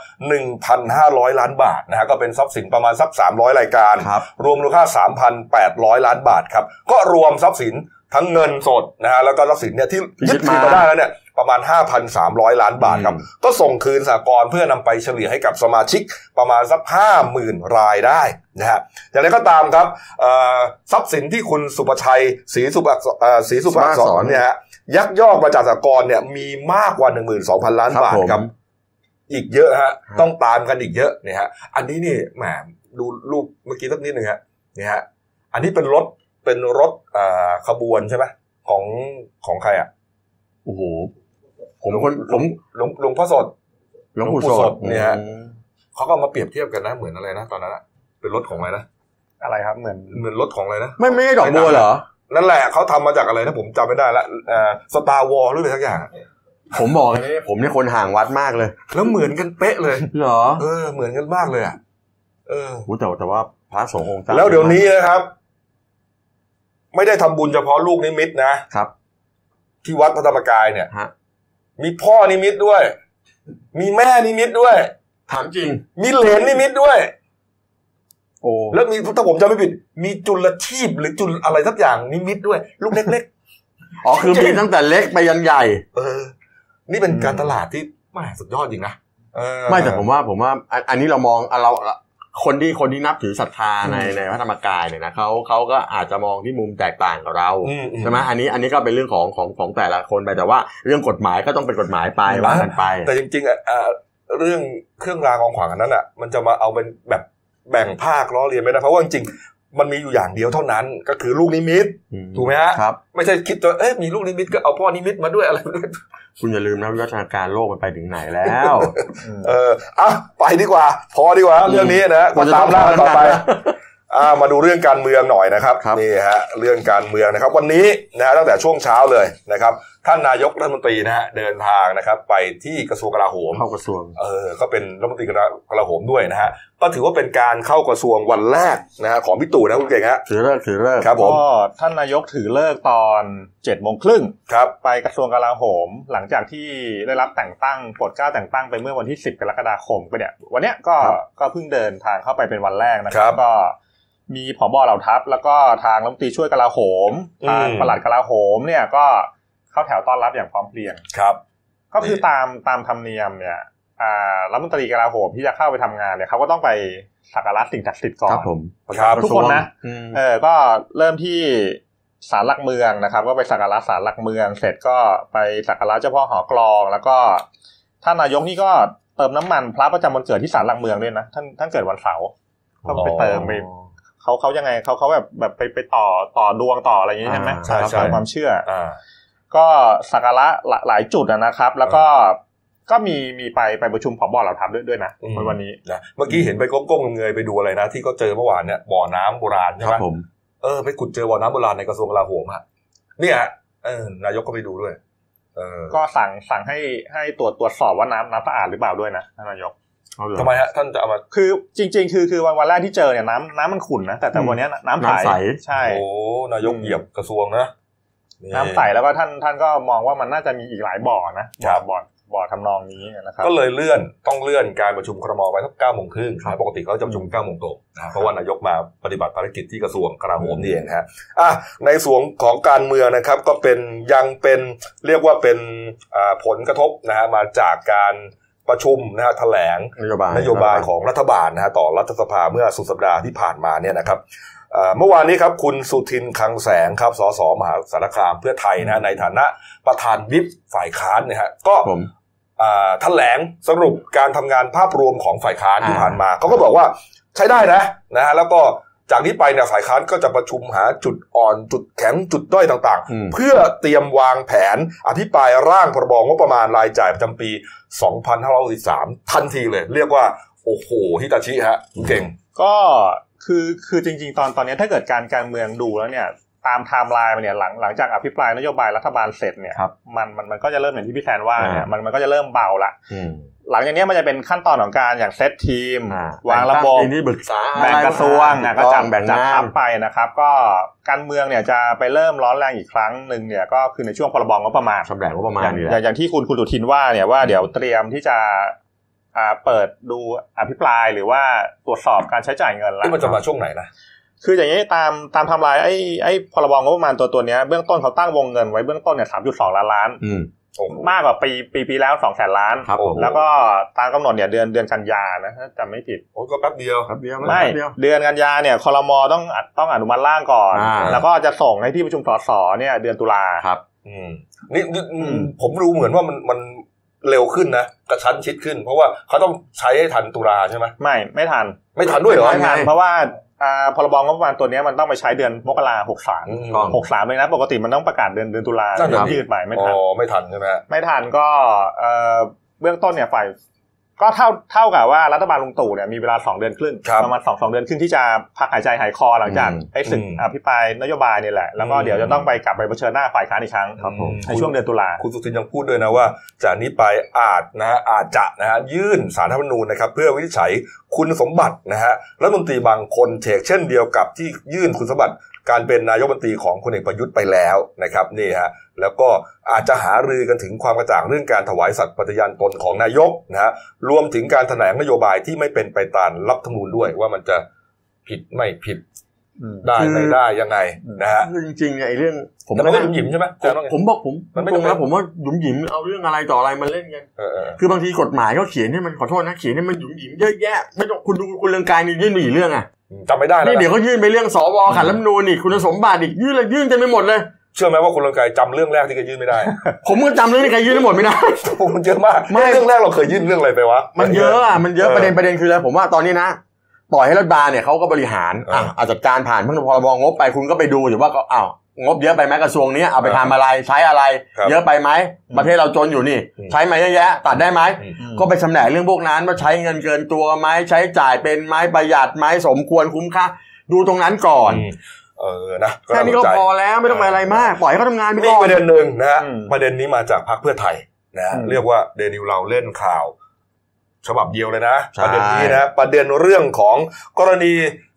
[SPEAKER 1] 1,500 ล้านบาทนะฮะก็เป็นทรัพย์สินประมาณสัก 300 รายการ
[SPEAKER 3] ครับ
[SPEAKER 1] รวมมูลค่า 3,800 ล้านบาทครับ ก็รวมทรัพย์สินทั้งเงินสดนะฮะ แล้วก็ทรัพย์สินเนี่ยที่
[SPEAKER 3] ยึ
[SPEAKER 1] ยึด
[SPEAKER 3] ด
[SPEAKER 1] คื
[SPEAKER 3] มาน
[SPEAKER 1] มาได้แล้วเนี่ยประมาณ 5,300 ล้านบาทครับ
[SPEAKER 3] อืม
[SPEAKER 1] ก็ส่งคืนสากลเพื่อนำไปเฉลี่ยให้กับสมาชิกประมาณสัก 50,000 รายได้นะฮะ อย่างไรก็ตามครับเอ่อทรัพย์สินที่คุณสุประชัยศรีสุภอักษรเอ่อศรีสุภอักษ
[SPEAKER 3] สุภอักษ
[SPEAKER 1] ร
[SPEAKER 3] ร
[SPEAKER 1] เนี่ยฮะยักยอกมาจากสากลเนี่ยมีมากกว่า 12,000 ล้าน
[SPEAKER 3] ครับ
[SPEAKER 1] บาทครับ
[SPEAKER 3] ผม
[SPEAKER 1] อีกเยอะฮะ ต้องตามกันอีกเยอะเนี่ยฮะ อันนี้นี่แหมดูรูปเมื่อกี้สักนิดหนึ่งฮะเนี่ยฮะ อันนี้เป็นรถเป็นรถอ่าขบวนใช่ไหมของของใครอ่ะ
[SPEAKER 3] โอ้โหผมคนผม
[SPEAKER 1] หลวงหลวงพ่อสด
[SPEAKER 3] หลวงปู่
[SPEAKER 1] หลวงปู่
[SPEAKER 3] ส
[SPEAKER 1] สด
[SPEAKER 3] ด
[SPEAKER 1] เนี่ยฮะ
[SPEAKER 3] อืม
[SPEAKER 1] เขาก็เอามาเปรียบเทียบกันนะเหมือนอะไรนะตอนนั้นอะเป็นรถของอะไรนะ
[SPEAKER 4] อะไรครับเหมือน
[SPEAKER 1] เหมือนรถของอะไรนะ
[SPEAKER 3] ไม่ไม่ใช่ดอกบัวเหรอ
[SPEAKER 1] นั่นแหละเขาทำมาจากอะไรนะผมจำไม่ได้ละสตาร์วอลหรืออะไรสักอย่างอะ
[SPEAKER 3] ผมบอกเลยผมเนี่ยคนห่างวัดมากเลย
[SPEAKER 1] แล้วเหมือนกันเป๊ะเลย
[SPEAKER 3] เหรอ
[SPEAKER 1] เออ เหมือนกันมากเลยอ่ะเออ
[SPEAKER 3] โอ้แต่แต่ว่าพระสงฆ์องค์จ้า
[SPEAKER 1] แล้วเดี๋ยวนี้นะครับ ไม่ได้ทำบุญเฉพาะลูกนิมิตนะครับ ที่วัดพระธรรมกายเนี่ย
[SPEAKER 3] ฮะ
[SPEAKER 1] มีพ่อนิมิตด้วย มีแม่นิมิตด้วย
[SPEAKER 3] ถามจริง
[SPEAKER 1] มีเหลนนิมิตด้วย
[SPEAKER 3] โอ้
[SPEAKER 1] แล้วมีถ้าผมจำไม่ผิด มีจุลชีพหรือจุลอะไรสักอย่างนิมิตด้วย ลูกเล็ก
[SPEAKER 3] อ๋อคือมีตั้งแต่เล็กไปยันใหญ่
[SPEAKER 1] ๆ เออ นี่เป็นการตลาดที่แหม่สุดยอดจริงนะเออ
[SPEAKER 3] ไม่แต่ผมว่าผมว่าอันอันนี้เรามองอ่ะเราคนที่คนที่นับถือศรัทธาในในพระธรรมกายเนี่ยนะเขาเขาก็อาจจะมองที่มุมแตกต่างกับเรา
[SPEAKER 1] อืมอืม
[SPEAKER 3] ใช่ไหมอันนี้อันนี้ก็เป็นเรื่องของของของแต่ละคนไปแต่ว่าเรื่องกฎหมายก็ต้องเป็นกฎหมายไปว่ากันไป
[SPEAKER 1] แต่จริงๆอ่ะอ่าเรื่องเครื่องรางของขลังอันนั้นอ่ะ มันจะมาเอาเป็นแบบแบ่งภาคล้อเลียนไม่ได้เพราะว่าจริงๆมันมีอยู่อย่างเดียวเท่านั้น ก็คือลูกนิมิต ถูกไหมฮะ
[SPEAKER 3] ครับ
[SPEAKER 1] ไม่ใช่คิดว่าเอ๊ะมีลูกนิมิตก็เอาพ่อนิมิตมาด้วยอะไรมาด้วย
[SPEAKER 3] คุณอย่าลืมนะวิวัฒนาการโลกมันไปถึงไหนแล้ว
[SPEAKER 1] เอออ่ะไปดีกว่า พอดีกว่า เรื่องนี้นะ
[SPEAKER 3] กว่าจะ
[SPEAKER 1] ตามล่า
[SPEAKER 3] ต้อง
[SPEAKER 1] ต่อไป
[SPEAKER 3] ทำงานนะ
[SPEAKER 1] อ่ามาดูเรื่องการเมืองหน่อยนะครับ
[SPEAKER 3] ครับ
[SPEAKER 1] นี่ฮะเรื่องการเมืองนะครับ วันนี้นะฮะตั้งแต่ช่วงเช้าเลยนะครับ ท่านนายกรัฐมนตรีนะฮะเดินทางนะครับ ไปที่กระทรวงกลาโหม
[SPEAKER 3] เข้ากระทรวง
[SPEAKER 1] เออก็เป็นรัฐมนตรีกระกระโหมด้วยนะฮะ ก็ถือว่าเป็นการเข้ากระทรวงวันแรกนะฮะของพี่ตู่นะคุณเก่งฮะ
[SPEAKER 3] ถือเลิกษ์ถือเลิกษ์
[SPEAKER 1] ครับผม
[SPEAKER 4] ก็ท่านนายกถือเลิกษ์ตอนเจ็ดโมงครึ่ง
[SPEAKER 1] ครับ
[SPEAKER 4] ไปกระทรวงกลาโหม หลังจากที่ได้รับแต่งตั้งโปรดเกล้าแต่งตั้งไปเมื่อวันที่ 10 กรกฎาคมไปเนี่ยวันเนี้ยก็ก็เพิ่งเดินทางเข้าไปเป็นวันแรกนะค
[SPEAKER 1] ครั
[SPEAKER 4] รั
[SPEAKER 1] บบ
[SPEAKER 4] ก็มีผบเหล่าทัพ แล้วก็ทางรัฐมนตรีช่วยกลาโหม
[SPEAKER 1] อืม
[SPEAKER 4] ทางปลัดกลาโหมเนี่ยก็เข้าแถวต้อนรับอย่างพร้อมเพรียง
[SPEAKER 1] ครับ
[SPEAKER 4] ก็คือ
[SPEAKER 1] นี่
[SPEAKER 4] ตามตามธรรมเนียมเนี่ยอ่ารัฐมนตรีกลาโหมที่จะเข้าไปทำงานเนี่ยเขาก็ต้องไปสักการะสิ่งศักดิ์สิทธิ์ก่อ
[SPEAKER 3] ครั
[SPEAKER 4] น
[SPEAKER 3] บผม
[SPEAKER 1] ครับ
[SPEAKER 4] ทุกคนนะ
[SPEAKER 3] อืม
[SPEAKER 4] เออ ก็เริ่มที่ศาลหลักเมืองนะครับ ก็ไปสักการะศาลหลักเมือง เสร็จก็ไปสักการะเจ้าพ่อหอกลอง แล้วก็ ท่านนายกนี่ก็เติมน้ำมันพระประจำวันเกิดที่ศาลหลักเมืองด้วยนะท่านท่านเกิดวันเสาร์ก็ไปเติมไปเขาเขายังไงเขาเขาแบบแบบไปไปต่อต่อดวงต่ออะไรอย่างนี้ใช่ไหม
[SPEAKER 1] อ่าใช่ใช่
[SPEAKER 4] ตามความเชื่อ
[SPEAKER 1] อ่า
[SPEAKER 4] ก็สักการะหลาหลายจุดอะนะครับ แล้วก็ก็มีมีไปไปประชุมของบอร์ดเหล่าทัพด้วยด้วยนะ
[SPEAKER 1] อืม
[SPEAKER 4] วันวันนี้
[SPEAKER 1] นะเมื่อกี้เห็นไปก้มๆเงยๆไปดูอะไรนะ ที่เขาเจอเมื่อวานเนี่ยบ่อน้ำโบราณใช่
[SPEAKER 3] ครั
[SPEAKER 1] ไหม
[SPEAKER 3] บผม
[SPEAKER 1] เออไปขุดเจอบ่อน้ำโบราณในกระทรวงกลาโหมฮะเนี่ยเออนายกก็ไปดูด้วย เออ
[SPEAKER 4] ก็สั่งสั่งให้ให้ตรวจตรวจสอบว่าน้ำน้ำสะอาดหรือเปล่าด้วยนะท่านนายก
[SPEAKER 3] เอาเหรอ
[SPEAKER 1] ทำไมฮะท่านจะเอามา
[SPEAKER 4] คือจริง ๆ คือคือวันวันแรกที่เจอเนี่ยน้ำน้ำมันขุ่นนะแต่แต่วันเนี้ยน้ำใส
[SPEAKER 3] น้ำใส
[SPEAKER 4] ใช่
[SPEAKER 1] โอ้นายก
[SPEAKER 4] อืม
[SPEAKER 1] เหยียบกระทรวงนะ
[SPEAKER 4] น้ำใสแล้วก็ท่านท่านก็มองว่ามันน่าจะมีอีกหลายบ่อนะบ่อบ่อบ่อทำนองนี้นะครับ
[SPEAKER 1] ก็เลยเลื่อนต้องเลื่อนการประชุมครมไปทั้งเก้าโมงครึ่งนะปกติเขาจะประชุมเก้าโมงตรงนะเพราะว่านายกมาปฏิบัติภารกิจที่กระทรวงกลาโหมนี่เองฮะอ่ะในส่วนของการเมืองนะครับ ก็เป็นยังเป็นเรียกว่าเป็นอ่าผลกระทบนะฮะมาจากการประชุมนะฮะแถลง
[SPEAKER 3] นโยบาย
[SPEAKER 1] นโยบายของรัฐบาลนะฮะต่อรัฐสภาเมื่อสุดสัปดาห์ที่ผ่านมาเนี่ยนะครับเอ่อเมื่อวานนี้ครับคุณสุทินคลังแสงครับสสมหาสารคามเพื่อไทยนะฮะในฐานะประธานวิปฝ่ายค้านเนะฮะก็
[SPEAKER 3] ผม
[SPEAKER 1] เอ่อแถลงสรุปการทำงานภาพรวมของฝ่ายค้านที่ผ่านมาเขาก็บอกว่าใช้ได้นะนะฮะแล้วก็จากนี้ไปเนี่ยฝ่ายค้านก็จะประชุมหาจุดอ่อนจุดแข็งจุดด้อยต่าง
[SPEAKER 3] อืม
[SPEAKER 1] ๆ เพื่อเตรียมวางแผนอภิปรายร่างพรบงบประมาณรายจ่ายประจำปี 2,563 ทันทีเลย เรียกว่า โอ้โหฮิตาชิฮะเก่ง
[SPEAKER 4] ก็คือคือจริง ๆ ตอนตอนเนี้ยถ้าเกิดการการเมืองดูแล้วเนี่ยตามไทม์ไลน์มันเนี่ยหลังหลังจากอภิปรายนโยบายรัฐบาลเสร็จเนี่ย
[SPEAKER 3] ครับ
[SPEAKER 4] มันมันมันก็จะเริ่มอย่างที่พี่แซนว่าเนี่ย
[SPEAKER 3] อ่ามั
[SPEAKER 4] มันมันก็จะเริ่มเบาละ
[SPEAKER 3] อืม
[SPEAKER 4] หลังจากเนี้ยมันจะเป็นขั้นตอนของการอย่างเซตทีม
[SPEAKER 3] อ่
[SPEAKER 4] วางระบบ
[SPEAKER 3] แต่งตั้ที่ปรึกษา
[SPEAKER 4] แบ่งกระทรวงนะก็จัด
[SPEAKER 3] แบ่ง
[SPEAKER 4] จัด
[SPEAKER 3] งา
[SPEAKER 4] ทั
[SPEAKER 3] น
[SPEAKER 4] พไปนะครับ ก็การเมืองเนี่ยจะไปเริ่มร้อนแรงอีกครั้งหนึ่งเนี่ยก็คือในช่วงพรบงบประมาณ
[SPEAKER 3] สำแบ่งงบประมาณ
[SPEAKER 4] อย่าง
[SPEAKER 3] นี่
[SPEAKER 4] อ
[SPEAKER 3] แหละ
[SPEAKER 4] ย่างอย่างที่คุณคุณสุทินว่าเนี่ยว่าเดี๋ยวเตรียมที่จะอ่าเปิดดูอภิปรายหรือว่าตรวจสอบการใช้จ่ายเงินละ
[SPEAKER 1] ที่มันจะมาช่วงไหนนะ
[SPEAKER 4] คืออย่างนี้ตามตามไทำลายไอ้ไอ้พรบงบประมาณตัวตัวเนี้ยเบื้องต้นเขาตั้งวงเงินไว้เบื้องต้นเนี่ยสามจุดสองล้านล้าน
[SPEAKER 3] อืม
[SPEAKER 1] โอ้โห
[SPEAKER 4] มากกว่าปีปีปีแล้วสองแสนล้าน
[SPEAKER 3] ครับผม
[SPEAKER 4] แล้วก็ตามกำหนดเนี่ยเดือนเดือนกันยานะถ้าจำไม่ผิด
[SPEAKER 1] โอ้ก็แป๊บเดียว
[SPEAKER 3] ครับเดียว
[SPEAKER 4] ไม่
[SPEAKER 3] เดียว
[SPEAKER 4] เดือนกันยาเนี่ยคอรมอต้องอ่ะต้องอนุมัติร่างก่อน
[SPEAKER 3] อ่า
[SPEAKER 4] แล้วก็จะส่งให้ที่ประชุมสสเนี่ยเดือนตุลา
[SPEAKER 3] ครับ
[SPEAKER 1] อืมนี่นี่อืม
[SPEAKER 4] อืม
[SPEAKER 1] ผมรู้เหมือนว่ามันมันเร็วขึ้นนะกระชั้นชิดขึ้น เพราะว่าเขาต้องใช้ให้ทันตุลาใช่ไหม
[SPEAKER 4] ไม่ไม่ทัน
[SPEAKER 1] ไม่ทันด้วยเหรอ
[SPEAKER 4] ไม่ทัน
[SPEAKER 3] ไม่
[SPEAKER 4] เพราะว่าอ่าพรบงบประมาณตัวเนี้ยมันต้องไปใช้เดือนมกราหกสาม
[SPEAKER 1] อืม
[SPEAKER 3] ต้อง
[SPEAKER 4] หกสามเลยนะ ปกติมันต้องประกาศเดือนเดือนตุลา
[SPEAKER 1] นั่นน่ะ
[SPEAKER 4] ต้องยืดไปไม่ทัน
[SPEAKER 1] อ๋อไม่ทันใช่ไหม
[SPEAKER 4] ไม่ทันก็เอ่อเบื้องต้นเนี่ยฝ่ายก็เท่าเท่ากับว่ารัฐบาลลุงตู่เนี่ยมีเวลาสองเดือนครึ่งประมาณสองสองเดือนครึ่งที่จะพักหายใจหายคอหลังจาก
[SPEAKER 3] อืม
[SPEAKER 4] ไอ้ศึกอภิปรายนโยบายเนี่ยแหละแล้วก็เดี๋ยวจะต้องไปกลับไปเผชิญหน้าฝ่ายค้านอีกครั้ง
[SPEAKER 3] ครับผม
[SPEAKER 4] ในช่วงเดือนตุลา
[SPEAKER 1] คุณสุทินยังพูดด้วยนะว่า จากนี้ไปอาจนะฮะอาจจะนะฮะยื่นสารรัฐธรรมนูญนะครับ เพื่อวินิจฉัยคุณสมบัตินะฮะรัฐมนตรีบางคนเฉกเช่นเดียวกับที่ยื่นคุณสมบัติ การเป็นนายกรัฐมนตรีของพลเอกประยุทธ์ไปแล้วนะครับนี่ฮะแล้วก็อาจจะหารือกันถึงความกระจ่างเรื่องการถวายสัตย์ปฏิญาณตนของนายกนะฮะรวมถึงการแถลงนโยบายที่ไม่เป็นไปตามรัฐธรรมนูญด้วยว่ามันจะผิดไม่ผิดได้ไม่ได้ยังไงนะฮะ
[SPEAKER 3] คือจริงๆเนี่ยไอ้เรื่องผม
[SPEAKER 1] แต่มันก็
[SPEAKER 3] นั่ง
[SPEAKER 1] หยิมๆใช่ไหม
[SPEAKER 3] ผม
[SPEAKER 1] จำต้องไง
[SPEAKER 3] ผมบอกผม
[SPEAKER 1] มันไม่
[SPEAKER 3] ตรงแล้
[SPEAKER 1] จำ
[SPEAKER 3] ว
[SPEAKER 1] เป็น
[SPEAKER 3] ผมว่าหยุมหยิมเอาเรื่องอะไรต่ออะไรมาเล่นกัน
[SPEAKER 1] เออเออ
[SPEAKER 3] คือบางทีกฎหมายเขาเขียนให้มันขอโทษนะเขียนให้มันหยุมหยิมเยอะแยะไม่ต้องคุณดูคุณเรืองไกายนี่ยื่นไปกี่เรื่องอ่ะ
[SPEAKER 1] จำไม่ได้แล้ว
[SPEAKER 3] นี่เดี๋ย
[SPEAKER 1] นะ
[SPEAKER 3] วเขายื่นไปเรื่องสวขัดรัฐธรรมนูญอีกคุณสมบัติอีกยื่นเลยยื่นเต็มไปหมดเลย
[SPEAKER 1] เชื่อไหมว่าคุณลงกายจำเรื่องแรกที่แกยื่น ไม่ได้
[SPEAKER 3] ผมก็จำเรื่องที่ใครยื่นทั้งหมดไม่ได้
[SPEAKER 1] โอ้มันเยอะมาก
[SPEAKER 3] ไม่
[SPEAKER 1] เรื่องแรกเราเคยยื่นเรื่องอะไรไปวะ
[SPEAKER 3] มันเยอะอ่ะมันเยอะ
[SPEAKER 1] เออ
[SPEAKER 3] ประเด็นประเด็นคืออะไรผมว่าตอนนี้นะปล่อยให้รัฐบาลเนี่ยเขาก็บริหาร
[SPEAKER 1] เอออ่
[SPEAKER 3] อ่ะอาจจัดการผ่านพรบพรบงบไปคุณก็ไปดูอยู่ว่าก็อ้าวงบเยอะไปไหมกระทรวงเนี้ยเอาไปทำอะไรใช้อะไร
[SPEAKER 1] ครับ
[SPEAKER 3] เยอะไปไหมประเทศเราจนอยู่นี่
[SPEAKER 1] อืม
[SPEAKER 3] ใช้มาเยอะแยะตัดได้ไหม
[SPEAKER 1] อืม
[SPEAKER 3] ก็ไปชำแหละเรื่องพวกนั้นว่าใช้เงินเกินตัวไหมใช้จ่ายเป็นไหมประหยัดไหมสมควรคุ้มค่าดูตรงนั้นก่อน
[SPEAKER 1] เออนะ
[SPEAKER 3] แค่นี้ก็
[SPEAKER 1] าสใจ
[SPEAKER 3] พอแล้วไม่ต้องไปอะไรมาก ปล่อยให้เขาทำงานไป
[SPEAKER 1] มี
[SPEAKER 3] ก่อ
[SPEAKER 1] ป
[SPEAKER 3] น
[SPEAKER 1] ระเด็นหนึ่งนะฮะ
[SPEAKER 4] อืม
[SPEAKER 1] ประเด็นนี้มาจากพรรคเพื่อไทยนะฮะ
[SPEAKER 4] อืม
[SPEAKER 1] เรียกว่าเดนิวเราเล่นข่าว ฉบับเดียวเลยนะประเด็นนี้นะประเด็นเรื่องของกรณี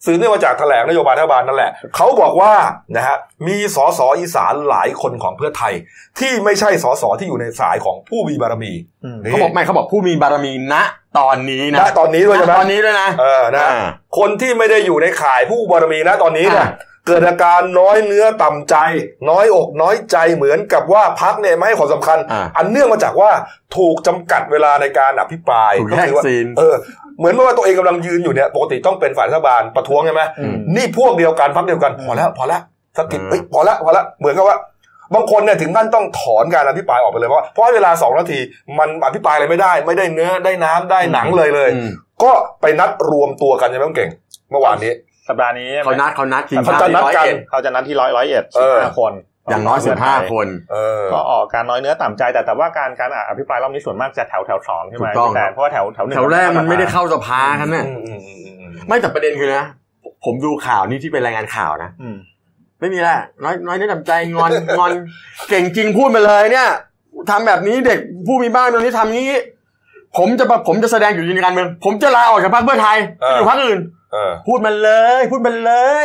[SPEAKER 1] สื่อเนื่องมาจากแถลงนโยบายรัฐบาลนั่นแหละเขาบอกว่านะฮะมีสสอีสานหลายคนของเพื่อไทย ที่ไม่ใช่สสที่อยู่ในสายของผู้มีบารมี
[SPEAKER 4] อืม
[SPEAKER 1] นี่
[SPEAKER 3] เขาบอกไม่เขาบอกผู้มีบารมีณตอนนี้นะ
[SPEAKER 1] ณตอนนี้ด้วยใช่ไหม
[SPEAKER 3] ณตอนนี้ด้วยนะ
[SPEAKER 1] เออนะ
[SPEAKER 3] อ่า
[SPEAKER 1] คนที่ไม่ได้อยู่ในข่ายผู้บารมีนะตอนนี้เนี่ย
[SPEAKER 3] อ่ะ
[SPEAKER 1] เกิดอาการน้อยเนื้อต่ำใจ น้อยอกน้อยใจเหมือนกับว่าพักเนี่ยไม่ให้ความสำคัญ
[SPEAKER 3] อ่า
[SPEAKER 1] อันเนื่องมาจากว่าถูกจำกัดเวลาในการอภิปราย
[SPEAKER 3] ถูกแย่ง
[SPEAKER 1] คืว่า
[SPEAKER 3] ซีน
[SPEAKER 1] เออเหมือนว่าตัวเองกำลังยืนอยู่เนี่ยปกติต้องเป็นฝ่ายรัฐบาลประท้วงใช่ไหม
[SPEAKER 4] อืม
[SPEAKER 1] นี่พวกเดียวกันพักเดียวกันพอแล้วพอแล้วสะกิดเอ้ยพอแล้วพอแล้วเหมือนกับว่า บางคนเนี่ยถึงขั้นต้องถอนการอภิปรายออกไปเลยเพราะว่าเพราะให้เวลาสองนาทีมันอภิปรายอะไรไม่ได้ ไม่ได้เนื้อได้น้ำได้หนังเลยเลย
[SPEAKER 3] อืม
[SPEAKER 1] ก็ไปนัดรวมตัวกันใช่ไหมคุณเก่ง เมื่อวานนี้
[SPEAKER 4] สัปดาห์นี้ใช่ไหม
[SPEAKER 3] เขานัดเขานัดกิน
[SPEAKER 1] เขาจะ
[SPEAKER 3] ข้าว
[SPEAKER 1] นัดกัน
[SPEAKER 3] ร้อยเอ็ด
[SPEAKER 4] เขาจะนัดที่ร้อยร้อยเอ็ด
[SPEAKER 1] เอ
[SPEAKER 4] สิบ
[SPEAKER 1] อ
[SPEAKER 4] ห้าคน
[SPEAKER 3] อย่างน้อยสิบห้าคน
[SPEAKER 1] เออ
[SPEAKER 4] ก็ออกการน้อยเนื้อต่ำใจแต่แต่ว่าการการอภิปรายรอบนี้ส่วนมากจะแถวแถวสองใช่ไหม
[SPEAKER 3] ถูกต้อง
[SPEAKER 4] แต่เพราะว่าแถวแถวหนึ่ง
[SPEAKER 3] แถวแรกมันไม่ได้เข้าสภากันน่ะ
[SPEAKER 1] อืมอืมอืมอืม
[SPEAKER 3] ไม่แต่ประเด็นคือนะ ผมดูข่าวนี่ที่เป็นรายงานข่าวนะ
[SPEAKER 4] อืม
[SPEAKER 3] ไม่มีละน้อยน้อยเนื้อต่ำใจงอน งอน เก่งจริงพูดมาเลยเนี่ยทำแบบนี้เด็กผู้มีบ้านตรงนี้ทำงี้ ผมจะแบบผมจะแสดงอยู่ยืนในการเมืองผมจะลาออกจากพรรคเพื่อไทยไปอยู่พรรคอื่น
[SPEAKER 1] เออ
[SPEAKER 3] พูดมันเลย พูดมันเลย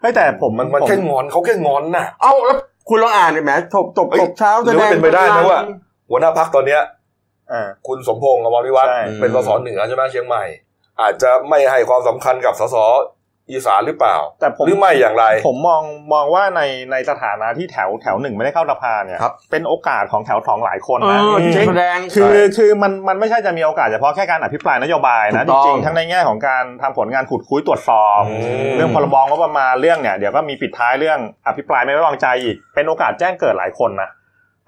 [SPEAKER 4] เฮ้ยแต่ผม
[SPEAKER 1] มันมัน
[SPEAKER 4] ผ
[SPEAKER 1] แค่งอนเขาแค่งอนน่ะ
[SPEAKER 3] เอาแล้วคุณลองอ่านดิแหมตบตบ
[SPEAKER 1] เอ้ย
[SPEAKER 3] ตบเช้า
[SPEAKER 1] หรือว่าเป็นไปได้นะว่า หัวหน้าพักตอนเนี้ย
[SPEAKER 4] อ่า
[SPEAKER 1] คุณสมพงษ์อมรวิวัฒน์
[SPEAKER 4] ใช่
[SPEAKER 1] เป็นสสเหนือใช่ไหมเชียงใหม่ อาจจะไม่ให้ความสำคัญกับสสอีสานหรือเปล่า
[SPEAKER 4] แต่ผม
[SPEAKER 1] หรือไม่อย่างไร
[SPEAKER 4] ผมมองมองว่าในในสถานะที่แถวแถวหนึ่งไม่ได้เข้าสภาเนี่ยเป็นโอกาสของแถวสองหลายคน
[SPEAKER 3] เอ
[SPEAKER 4] นะ
[SPEAKER 3] อ
[SPEAKER 4] จริง
[SPEAKER 3] แสดง
[SPEAKER 4] ๆคือคือมันมันไม่ใช่จะมีโอกาสเฉพาะแค่การอภิปรายนโยบายนะ
[SPEAKER 3] ถูกต้
[SPEAKER 4] จ
[SPEAKER 3] อง
[SPEAKER 4] ริงๆทั้งในแง่ของการทำผลงานขุดคุ้ยตรวจสอบ
[SPEAKER 1] อืม
[SPEAKER 4] เรื่องพรบงบประมาณเรื่องเนี่ยเดี๋ยวก็มีปิดท้ายเรื่องอภิปรายไม่ไว้วางใจอีกเป็นโอกาสแจ้งเกิดหลายคนนะ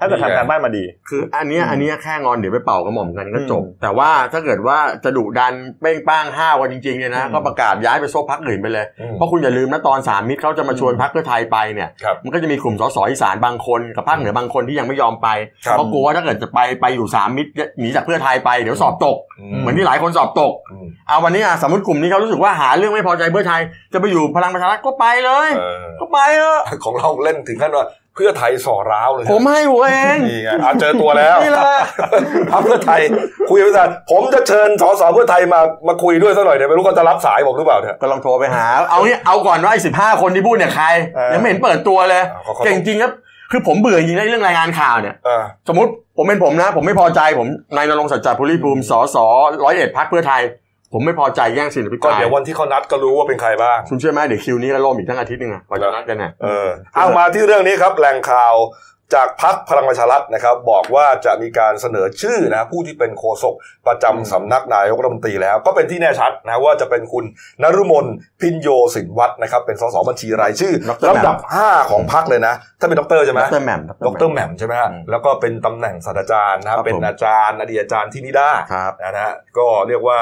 [SPEAKER 4] ถ้าเกิดทำการบ้านมาดี
[SPEAKER 3] คืออันเนี้ยอันเนี้ยแค่งอนเดี๋ยวไปเป่ากระหม่อมกันก็จบ
[SPEAKER 4] อืม
[SPEAKER 3] แต่ว่าถ้าเกิดว่าจะดุดันเป้งป้างห้าวกันจริงๆเนี่ยนะ
[SPEAKER 4] อืม
[SPEAKER 3] ก็ประกาศย้ายไปซบพักอื่นไปเลย
[SPEAKER 1] อืม
[SPEAKER 3] เพราะคุณอย่าลืมนะตอนสามมิตรเขาจะมาชวนพักเพื่อไทยไปเนี่ย
[SPEAKER 1] ครับ
[SPEAKER 3] มันก็จะมีกลุ่มสสอีสานบางคนกับภาคเหนือบางคนที่ยังไม่ยอมไป
[SPEAKER 1] ครับ
[SPEAKER 3] เพราะกลัวว่าถ้าเกิดจะไปไปอยู่สามมิตรหนีจากเพื่อไทยไปเดี๋ยวสอบตก เหมือนที่หลายคนสอบตก
[SPEAKER 1] อืม
[SPEAKER 3] เอาวันนี้อ่ะสมมติกลุ่มนี้เขารู้สึกว่าหาเรื่องไม่พอใจเพื่อไทยจะไปอยู่พลังประชารัฐก็ไปเลย
[SPEAKER 1] เออ
[SPEAKER 3] ก็ไปเถอะ
[SPEAKER 1] ของเราเล่นถึงขั้นว่าเพื่อไทยส่อร้าวเลย
[SPEAKER 3] ผมให้หัวเอง
[SPEAKER 1] นี่ไงอ่ะเจอตัวแล้ว
[SPEAKER 3] นี่แหละ
[SPEAKER 1] พรรคเพื่อไทยคุยกับพิธานผมจะเชิญสสเพื่อไทยมามาคุยด้วยสักหน่อยเดี๋ยวไม่รู้เขาจะรับสายผมหรือเปล่าเนี่ย
[SPEAKER 3] ก็ลองโทรไปหา เอาเนี่ยเอาก่อนว่าไอ้สิบห้าคนที่พูดเนี่ยใคร
[SPEAKER 4] เออ
[SPEAKER 3] ยังไม่เห็นเปิดตัวเลย
[SPEAKER 1] เอาเขาเขา
[SPEAKER 3] เก่งจริงครับ คือผมเบื่อจริงนะไอ้เรื่องรายงานข่าวเนี่ย
[SPEAKER 1] เออ
[SPEAKER 3] สมมติผมเป็นผมนะ ผมไม่พอใจผมนายนรงค์สัจจาภูริภูมิสสร้อยเอ็ดพักเพื่อไทย ผมไม่พอใจแย่งสิทธิ์อภิป
[SPEAKER 1] ก็
[SPEAKER 3] ราย
[SPEAKER 1] เดี๋ยววันที่เขานัดก็รู้ว่าเป็นใครบ้าง
[SPEAKER 3] คุณเชื่อไหมเดี๋ยวคิวนี้ก็ล่มอีกทั้งอาทิตย์หนึงอะกว่าจะนัดกันเนี่ย
[SPEAKER 1] เออเอามาที่เรื่องนี้ครับแหล่งข่าวจากพักพลังประชารัฐนะครับ บอกว่าจะมีการเสนอชื่อนะผู้ที่เป็นโฆษกประจำสำนักนายกรัฐมนตรีแล้ว ก็เป็นที่แน่ชัดนะว่าจะเป็นคุณนรุมนพินโยสินวัฒน์นะครับ เป็นสสบัญชีรายชื่อลำดับ 5 ของพักเลยนะ ถ้าเป็นด็อกเตอร์ใช่ไหม
[SPEAKER 3] ดรแหม่ม
[SPEAKER 1] ดรแหม่มใช่ไหมฮะแล้วก็เป็นตำแหน่งศาสตราจารย์นะครับเป็นอาจารย์อดีตอาจารย์ที่นิด้า
[SPEAKER 3] ครับ
[SPEAKER 1] นะฮะก็เรียกว่า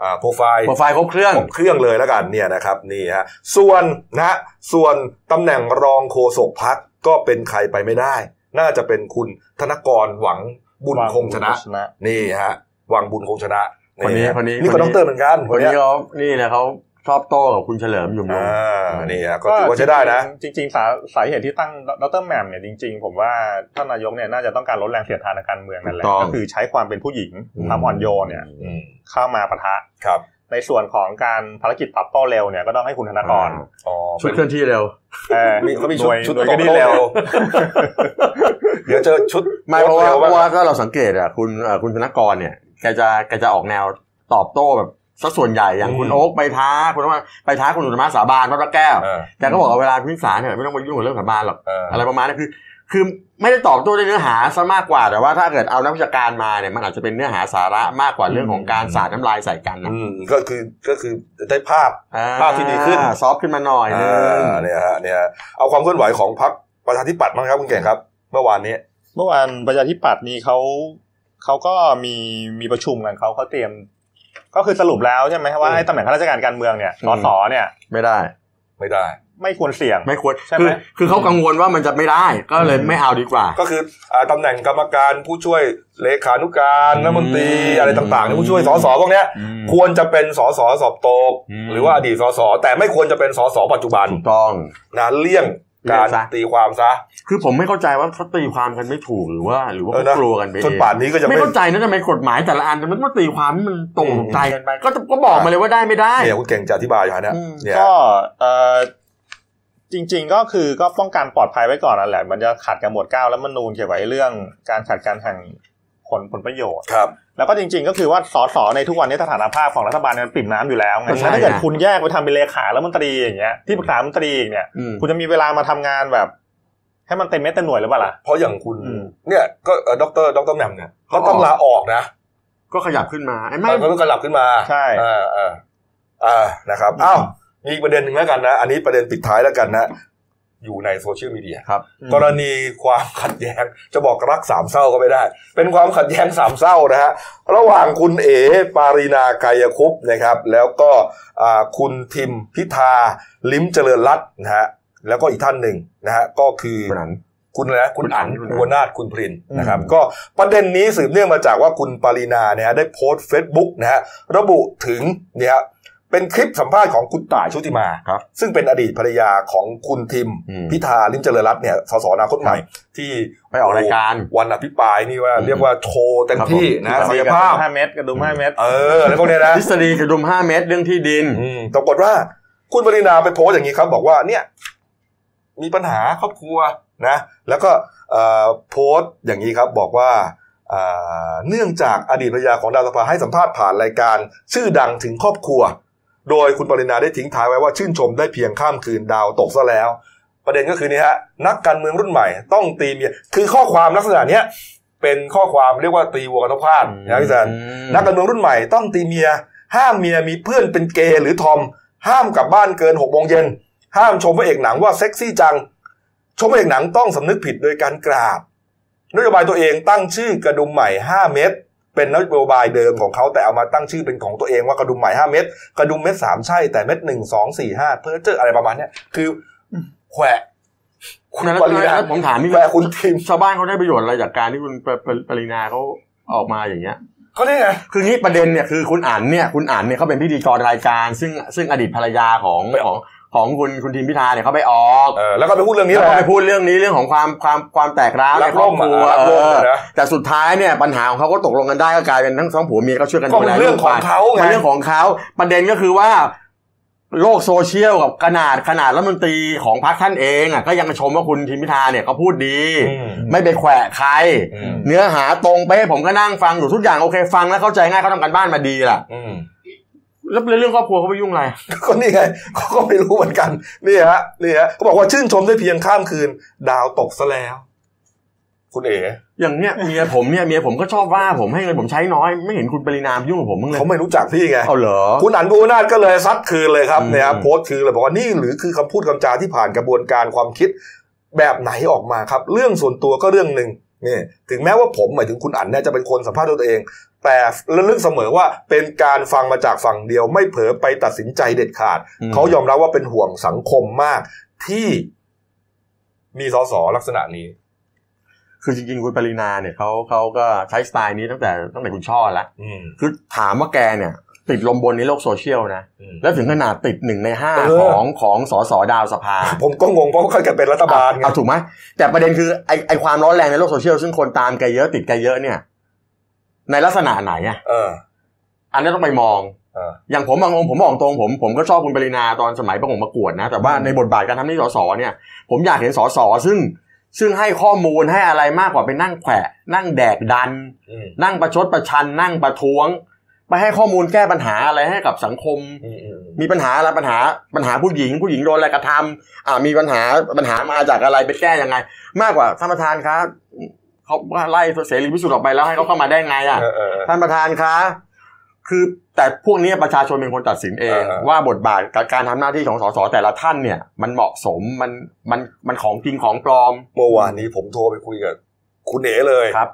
[SPEAKER 1] อ่าโปรไฟล์
[SPEAKER 3] โปรไฟล์ครบเครื่อง
[SPEAKER 1] ของเครื่องเลยแล้วกันเนี่ยนะครับนี่ฮะส่วนนะฮะส่วนตำแหน่งรองโฆษกพักก็เป็นใครไปไม่ได้ น่าจะเป็นคุณธนกรหวังบุญคงชนะ นี่ฮะหวังบุญคงชนะ
[SPEAKER 3] คนนี้
[SPEAKER 1] ฮะ
[SPEAKER 3] คนนี้
[SPEAKER 1] นี่
[SPEAKER 3] ค
[SPEAKER 1] ก็
[SPEAKER 3] นนี้
[SPEAKER 1] ด็อกเตอร์เหมือนกัน
[SPEAKER 3] คน
[SPEAKER 1] เย
[SPEAKER 3] นี้เขานี่นะเขาชอบโต้กับคุณเฉลิมอยู่ล
[SPEAKER 1] อ่
[SPEAKER 3] ง
[SPEAKER 1] านี่ฮะก็ถือว่าใช้ได้นะ
[SPEAKER 4] จริงๆสาสาเหตุที่ตั้งดรแหม่มเนี่ยจริง ๆ ผมว่าท่านนายกเนี่ยน่าจะต้องการลดแรงเสียดทานทางการเมืองนั่นแหละ
[SPEAKER 3] ถูกต้อง
[SPEAKER 4] ก็คือใช้ความเป็นผู้หญิงความอ่อนโยนเนี่ย
[SPEAKER 1] อืม
[SPEAKER 4] เข้ามาปะทะ
[SPEAKER 1] ครับ
[SPEAKER 4] ในส่วนของการภารกิจตอบโต้เร็วเนี่ยก็ต้องให้คุณธนากร
[SPEAKER 1] อ๋อ
[SPEAKER 3] ชุดเคลื่อนที่เร็ว
[SPEAKER 4] เออ
[SPEAKER 1] มีเขามีชุด
[SPEAKER 4] หน่วย
[SPEAKER 1] ชุด
[SPEAKER 4] หน่วย
[SPEAKER 1] ต
[SPEAKER 4] ก็
[SPEAKER 1] บ
[SPEAKER 4] ดี
[SPEAKER 1] โต้
[SPEAKER 4] เร็
[SPEAKER 1] เร็
[SPEAKER 4] ว
[SPEAKER 1] ว เดี๋ยวเจอชุด
[SPEAKER 3] ไม่เพราะว่า
[SPEAKER 1] ถ
[SPEAKER 3] เพ
[SPEAKER 1] บ้ง
[SPEAKER 3] ราะว่าถ้าเราสังเกตอ่ะคุณเอ่อคุณธนกรเนี่ยแกจะแกจะออกแนวตอบโต้แบบสักส่วนใหญ่อย่างคุณโอ๊กไปท้าคุณว่าไปท้าคุณอุตมะสาบานวัดพระแก้ว
[SPEAKER 1] เออ
[SPEAKER 3] แกก็บอกว่าเวลาพิสารเนี่ยไม่ต้องไปยุ่งกับเรื่องสาบานหรอก
[SPEAKER 1] เอออ
[SPEAKER 3] อะไรประมาณนั้นคือ คือไม่ได้ตอบโต้ด้วยเนื้อหาซะมากกว่าแต่ว่าถ้าเกิดเอานักวิชาการมาเนี่ยมันอาจจะเป็นเนื้อหาสาระมากกว่าเรื่องของการสาดน้ำลายใส่กันนะ
[SPEAKER 1] อืมก็คือก็คือได้ภาพ
[SPEAKER 3] อ่
[SPEAKER 1] ภาพที่ดีขึ้น
[SPEAKER 3] ซอฟต์ขึ้นมาหน่อยนึง
[SPEAKER 1] อ่าเนี่ยฮะเนี่ยฮะเอาความเคลื่อนไหวของพรรคประชาธิปัตย์มั้งครับคุณเก่งครับ เมื่อวานนี้
[SPEAKER 4] เมื่อวานประชาธิปัตย์นี่เขาเขาก็มีมีประชุมกันเขาเขาเตรียม ก็คือสรุปแล้วใช่ไหมว่าไอ้ตำแหน่งข้าราชการการเมืองเนี่ยสสเนี่ย
[SPEAKER 3] ไม่ได้
[SPEAKER 1] ไม่ได้
[SPEAKER 4] ไม่ควรเสี่ยง
[SPEAKER 3] ไม่ควร
[SPEAKER 4] ใช่ไหม
[SPEAKER 3] คือคือเขากังวลว่ามันจะไม่ได้ก็เลยไม่เอาดีกว่า
[SPEAKER 1] ก็คืออ่าตำแหน่งกรรมการผู้ช่วยเลขานุการรัฐมนตรี
[SPEAKER 3] อืม
[SPEAKER 1] อะไรต่างๆเนี่ยผู้ช่วยสสพวกเนี้ย ควรจะเป็นสสสอบตก
[SPEAKER 3] อืม
[SPEAKER 1] หรือว่าอดีตสสแต่ไม่ควรจะเป็นสสปัจจุบัน
[SPEAKER 3] ถูกต้อง
[SPEAKER 1] นะเลี่ยงการ
[SPEAKER 3] เลี่ยงซะ
[SPEAKER 1] ตีความซะ
[SPEAKER 3] คือผมไม่เข้าใจว่าเขาตีความกันไม่ถูกหรือว่า หรือว่า
[SPEAKER 1] เออ
[SPEAKER 3] เขา
[SPEAKER 1] นะ
[SPEAKER 3] กลัวกันไป
[SPEAKER 1] จ
[SPEAKER 3] เอน ง
[SPEAKER 1] ป่านนี้ก็ยัง
[SPEAKER 3] ไม่
[SPEAKER 1] ไม่
[SPEAKER 3] เข้าใจนะทำไมกฎหมายแต่ละอันมันต้องตีความให้มันตรง
[SPEAKER 1] อืม
[SPEAKER 3] ใจกันไปก็จะก็บอกมาเลยว่าได้ไม่ได้
[SPEAKER 1] เนี่ยคุณเก่งจะอธิบายอยู่ฮะเนี่ย
[SPEAKER 3] อืม
[SPEAKER 1] เนี่ย
[SPEAKER 4] ก็เออจริง ๆ ก็คือก็ป้องกันปลอดภัยไว้ก่อนนั่นแหละ มันจะขัดกับหมวดเก้าแล้วมนูญเกี่ยวกับไอ้เรื่องการขัดการแห่งผลผลประโยชน์
[SPEAKER 1] ครับ
[SPEAKER 4] แล้วก็จริง ๆ ก็คือว่าสสในทุกวันนี้สถานภาพของรัฐบาลมันปิ่มน้ำอยู่แล้วไง
[SPEAKER 3] ก็ใช่
[SPEAKER 4] ถ้าเกิด
[SPEAKER 3] นะ
[SPEAKER 4] คุณแยกไปทำเป็นเลขาแล้วมนตรีอย่างเงี้ยที่ปรึกษามนตรีอีกเนี่ย
[SPEAKER 3] อืม
[SPEAKER 4] คุณจะมีเวลามาทำงานแบบ ให้มันเต็มเม็ดเต็มหน่วยหรือเปล่าล่ะ
[SPEAKER 1] เพราะอย่างคุณ
[SPEAKER 4] อืม
[SPEAKER 1] เนี่ยก็เอ่อดอกเตอรดอกเตอรแหม่มเนี่ยก็ต้องลาออกนะ
[SPEAKER 3] ก็ขยับขึ้นมาไอ้ไม่
[SPEAKER 1] มันก็เพิ่งกระหลับขึ้นมา
[SPEAKER 4] ใช่
[SPEAKER 1] เอ่าอ่าอ่านะครับ อ้าว มีอีกประเด็นหนึ่งแล้วกันนะ อันนี้ประเด็นปิดท้ายแล้วกันนะ อยู่ในโซเชียลมีเดีย
[SPEAKER 3] ครับ
[SPEAKER 1] กรณีความขัดแย้งจะบอกรักสามเศร้าก็ไม่ได้ เป็นความขัดแย้งสามเศร้านะฮะระหว่างคุณเอ๋ปารีนากายคุปต์นะครับ แล้วก็อ่าคุณทิมพิธาลิ้มเจริญรัตน์นะฮะแล้วก็อีกท่านหนึ่งนะฮะก็คือ
[SPEAKER 3] คุณอัน
[SPEAKER 1] คุณอะไรนะคุณอัน
[SPEAKER 3] คุณอั๋น
[SPEAKER 1] คุณวนาถคุณพริน
[SPEAKER 4] อืม
[SPEAKER 1] นะครับ ก็ประเด็นนี้สืบเนื่องมาจากว่าคุณปารีนาเนี่ยฮะได้โพสต์เฟซบุ๊กนะฮะระบุถึงเนี่ยฮะเป็นคลิปสัมภาษณ์ของคุณต่ายชุติมา
[SPEAKER 3] ครับ
[SPEAKER 1] ซึ่งเป็นอดีตภรรยาของคุณทิม
[SPEAKER 3] อืม
[SPEAKER 1] พิธาลิมเจริญรัตน์เนี่ยสสอนาคตใหม่ ที่
[SPEAKER 3] ไปออกรายการ
[SPEAKER 1] วันอภิปรายนี่ว่า
[SPEAKER 3] อืม
[SPEAKER 1] เรียกว่าโชว์เต็ม
[SPEAKER 3] ครับ
[SPEAKER 1] ที่
[SPEAKER 3] ผม
[SPEAKER 1] นะศัก
[SPEAKER 4] ก
[SPEAKER 1] ย
[SPEAKER 4] ระ
[SPEAKER 1] ภา
[SPEAKER 4] ดุ
[SPEAKER 1] พ
[SPEAKER 4] มห้าเมตรกระดุมห้าเมตร
[SPEAKER 1] เอออะไรพวกเนี้ยนะ
[SPEAKER 3] ทฤษฎีกระดุม5เมตรเรื่องที่ดิน
[SPEAKER 1] อืมแต่ปรากฏว่า คุณปรินาไปโพสต์อย่างนี้ครับ บอกว่าเนี่ย มีปัญหาครอบครัวนะ แล้วก็เอ่อโพสต์อย่างนี้ครับ บอกว่าเอ่อเนื่องจากอดีตภรรยาของดาวสภาให้สัมภาษณ์ผ่านรายการ ชื่อดังถึงครอบครัว โดยคุณปรินาได้ทิ้งท้ายไว้ว่าชื่นชมได้เพียงข้ามคืนดาวตกซะแล้ว ประเด็นก็คือนี่ฮะนักการเมืองรุ่นใหม่ ต้องตีเมียคือข้อความลักษณะเนี้ยเป็นข้อความเรียกว่าตีวัวกระทบพลาดนะพี่แซน นักการเมืองรุ่นใหม่ต้องตีเมีย ห้ามเมียมีเพื่อนเป็นเกย์หรือทอม ห้ามกลับบ้านเกินหกโมงเย็น ห้ามชมพระเอกหนังว่าเซ็กซี่จัง ชมพระเอกหนังต้องสำนึกผิดโดยการกราบ นโยบายตัวเองตั้งชื่อกระดุมใหม่ 5 เม็ดเป็นนโยบายเดิมของเขาแต่เอามาตั้งชื่อเป็นของตัวเองว่ากระดุมใหม่ 5 เม็ดกระดุมเม็ดสามใช่แต่เม็ดหนึ่งสองสี่ห้าเพื่อเจออะไรประมาณเนี้ยคือแขวะคุณ
[SPEAKER 3] แล้ว
[SPEAKER 1] ปรินา
[SPEAKER 3] แล้วผมถามนิดนึง
[SPEAKER 1] แขวะคุณทีม
[SPEAKER 3] ชาวบ้านเขาได้ประโยชน์อะไรจากการที่คุณปปปรินาเขาออกมาอย่างเงี้ย
[SPEAKER 1] เขาได้ไง
[SPEAKER 3] คืองี้ประเด็นเนี่ยคือคุณอ่านเนี่ยคุณอ่านเนี่ยเขาเป็นพิธีกรรายการ ซึ่งซึ่งอดีตภรรยาของ
[SPEAKER 1] ไปอ
[SPEAKER 3] ข
[SPEAKER 1] อ
[SPEAKER 3] อก งของคุณคุณทีมพิธาเนี่ยเขาไปออก
[SPEAKER 1] เออแล้วก็ไปพูดเรื่องนี้
[SPEAKER 3] แล้
[SPEAKER 1] แห
[SPEAKER 3] วเขา
[SPEAKER 1] ละ
[SPEAKER 3] ไปพูดเรื่องนี้เรื่องของความความความแตกร้าว
[SPEAKER 1] รั
[SPEAKER 3] ใน
[SPEAKER 1] ก
[SPEAKER 3] คร
[SPEAKER 1] ร่
[SPEAKER 3] อ
[SPEAKER 1] ว
[SPEAKER 3] บ
[SPEAKER 1] ม
[SPEAKER 3] ครัว
[SPEAKER 1] รัก
[SPEAKER 3] เอ
[SPEAKER 1] ร่วม
[SPEAKER 3] อ
[SPEAKER 1] นะ
[SPEAKER 3] แต่สุดท้ายเนี่ยปัญหาของเขาก็ตกลงกันได้ก็กลายเป็นทั้งสองผัวเมียก็ช่วยกัน
[SPEAKER 1] ก็
[SPEAKER 3] ดู
[SPEAKER 1] เป็
[SPEAKER 3] แล
[SPEAKER 1] นเรื่องของเขาไง
[SPEAKER 3] ป็นเรื่องของเขาประเด็นก็คือว่า โลกโซเชียลกับขนาดขนาดรัฐมนตรีของพรรคท่านเองอ่ะก็ยังชมว่าคุณทิมพิธาเนี่ยเขาพูดดี
[SPEAKER 1] อืม
[SPEAKER 3] ไม่ไปแขวะใคร
[SPEAKER 1] อืม
[SPEAKER 3] เนื้อหาตรงไปะผมก็นั่งฟังอยู่ทุกอย่างโอเคฟังแล้วเข้าใจง่ายเขาทำกันบ้านมาดีล่ะ
[SPEAKER 1] อืม
[SPEAKER 3] แล้วเรื่องครอบครัวเขาไปยุ่งอะไร
[SPEAKER 1] ก็นี่ไง เขาก็ไม่รู้เหมือนกันนี่ฮะนี่ฮะเขาบอกว่าชื่นชมได้เพียงข้ามคืน ดาวตกซะแล้ว คุณเอ๋
[SPEAKER 3] อย่างเนี้ยเมียผมเนี่ยเมียผมก็ชอบว่าผมให้เงินผมใช้น้อย ไม่เห็นคุณปรินามยุ่งกับผมมึงเลย
[SPEAKER 1] เขาไม่รู้จักพี่ไง
[SPEAKER 3] เอาเหรอ
[SPEAKER 1] คุณอันบูนาถก็เลยซัดคืนเลยครับ
[SPEAKER 3] อืม
[SPEAKER 1] เนี่ยฮะโพสต์คืนเลยบอกว่านี่หรือคือคำพูดคำจาที่ผ่านกระบวนการความคิดแบบไหนออกมาครับ เรื่องส่วนตัวก็เรื่องหนึ่งนี่ถึงแม้ว่าผมหมายถึงคุณอันเนี่ยจะเป็นคนสัมภาษณ์ด้วยตัวเอง แต่ระลึกเสมอว่าเป็นการฟังมาจากฝั่งเดียว ไม่เผลอไปตัดสินใจเด็ดขาด เขายอมรับว่าเป็นห่วงสังคมมากที่มีสสลักษณะนี้
[SPEAKER 3] คือจริงๆคุณปรินาเนี่ยเขาเขาก็ใช้สไตล์นี้ตั้งแต่ตั้งแต่คุณช่อละ
[SPEAKER 1] อืม
[SPEAKER 3] คือถามว่าแกเนี่ย ติดลมบนในโลกโซเชียลนะ
[SPEAKER 1] อืม
[SPEAKER 3] แล้วถึงขนาดติดหนึ่งในห้า
[SPEAKER 1] เออ
[SPEAKER 3] ของของสสดาวสภา
[SPEAKER 1] ผมก็งงเพราะเขาเคยเป็นรัฐบาลไง
[SPEAKER 3] เอาถูกไหมแต่ประเด็นคือไอไอความร้อนแรงในโลกโซเชียลซึ่งคนตามแกเยอะติดแกเยอะเนี่ย ในลักษณะไหนอะ
[SPEAKER 1] เออ
[SPEAKER 3] อันนี้ต้องไปมอง
[SPEAKER 1] เออ
[SPEAKER 3] อย่างผมบางองค์ผมบอกตรงผมผมก็ชอบคุณปรินาตอนสมัยประกงประกวดนะ แต่ว่าในบทบาทการทำหน้าที่สสเนี่ย ผมอยากเห็นสสซึ่ง ซึ่งให้ข้อมูลให้อะไรมากกว่าไปนั่งแขวะ นั่งแดกดัน
[SPEAKER 1] อืม
[SPEAKER 3] นั่งประชดประชัน นั่งประท้วง ไปให้ข้อมูลแก้ปัญหาอะไรให้กับสังคม
[SPEAKER 1] อืมอืม
[SPEAKER 3] มีปัญหาอะไรปัญหาปัญหาผู้หญิง ผู้หญิงโดนอะไรกระทำอ่ามีปัญหาปัญหามาจากอะไรไปแก้ยังไง มากกว่าท่านประธานครับเขาว่าไล่เสรีพิสุทธิ์ออกไปแล้วให้เขาเข้ามาได้ไงอ่ะ
[SPEAKER 1] เออเออ
[SPEAKER 3] ท่านประธานคะคือแต่พวกนี้ประชาชนเป็นคนตัดสินเอง
[SPEAKER 1] เออเออ
[SPEAKER 3] ว่าบทบาทกับการทำหน้าที่ของสสแต่ละท่านเนี่ย มันเหมาะสมมันมันมันของจริงของปลอม
[SPEAKER 1] เมื่อวานนี้ผมโทรไปคุยกับคุณเอ๋เลย
[SPEAKER 3] ครับ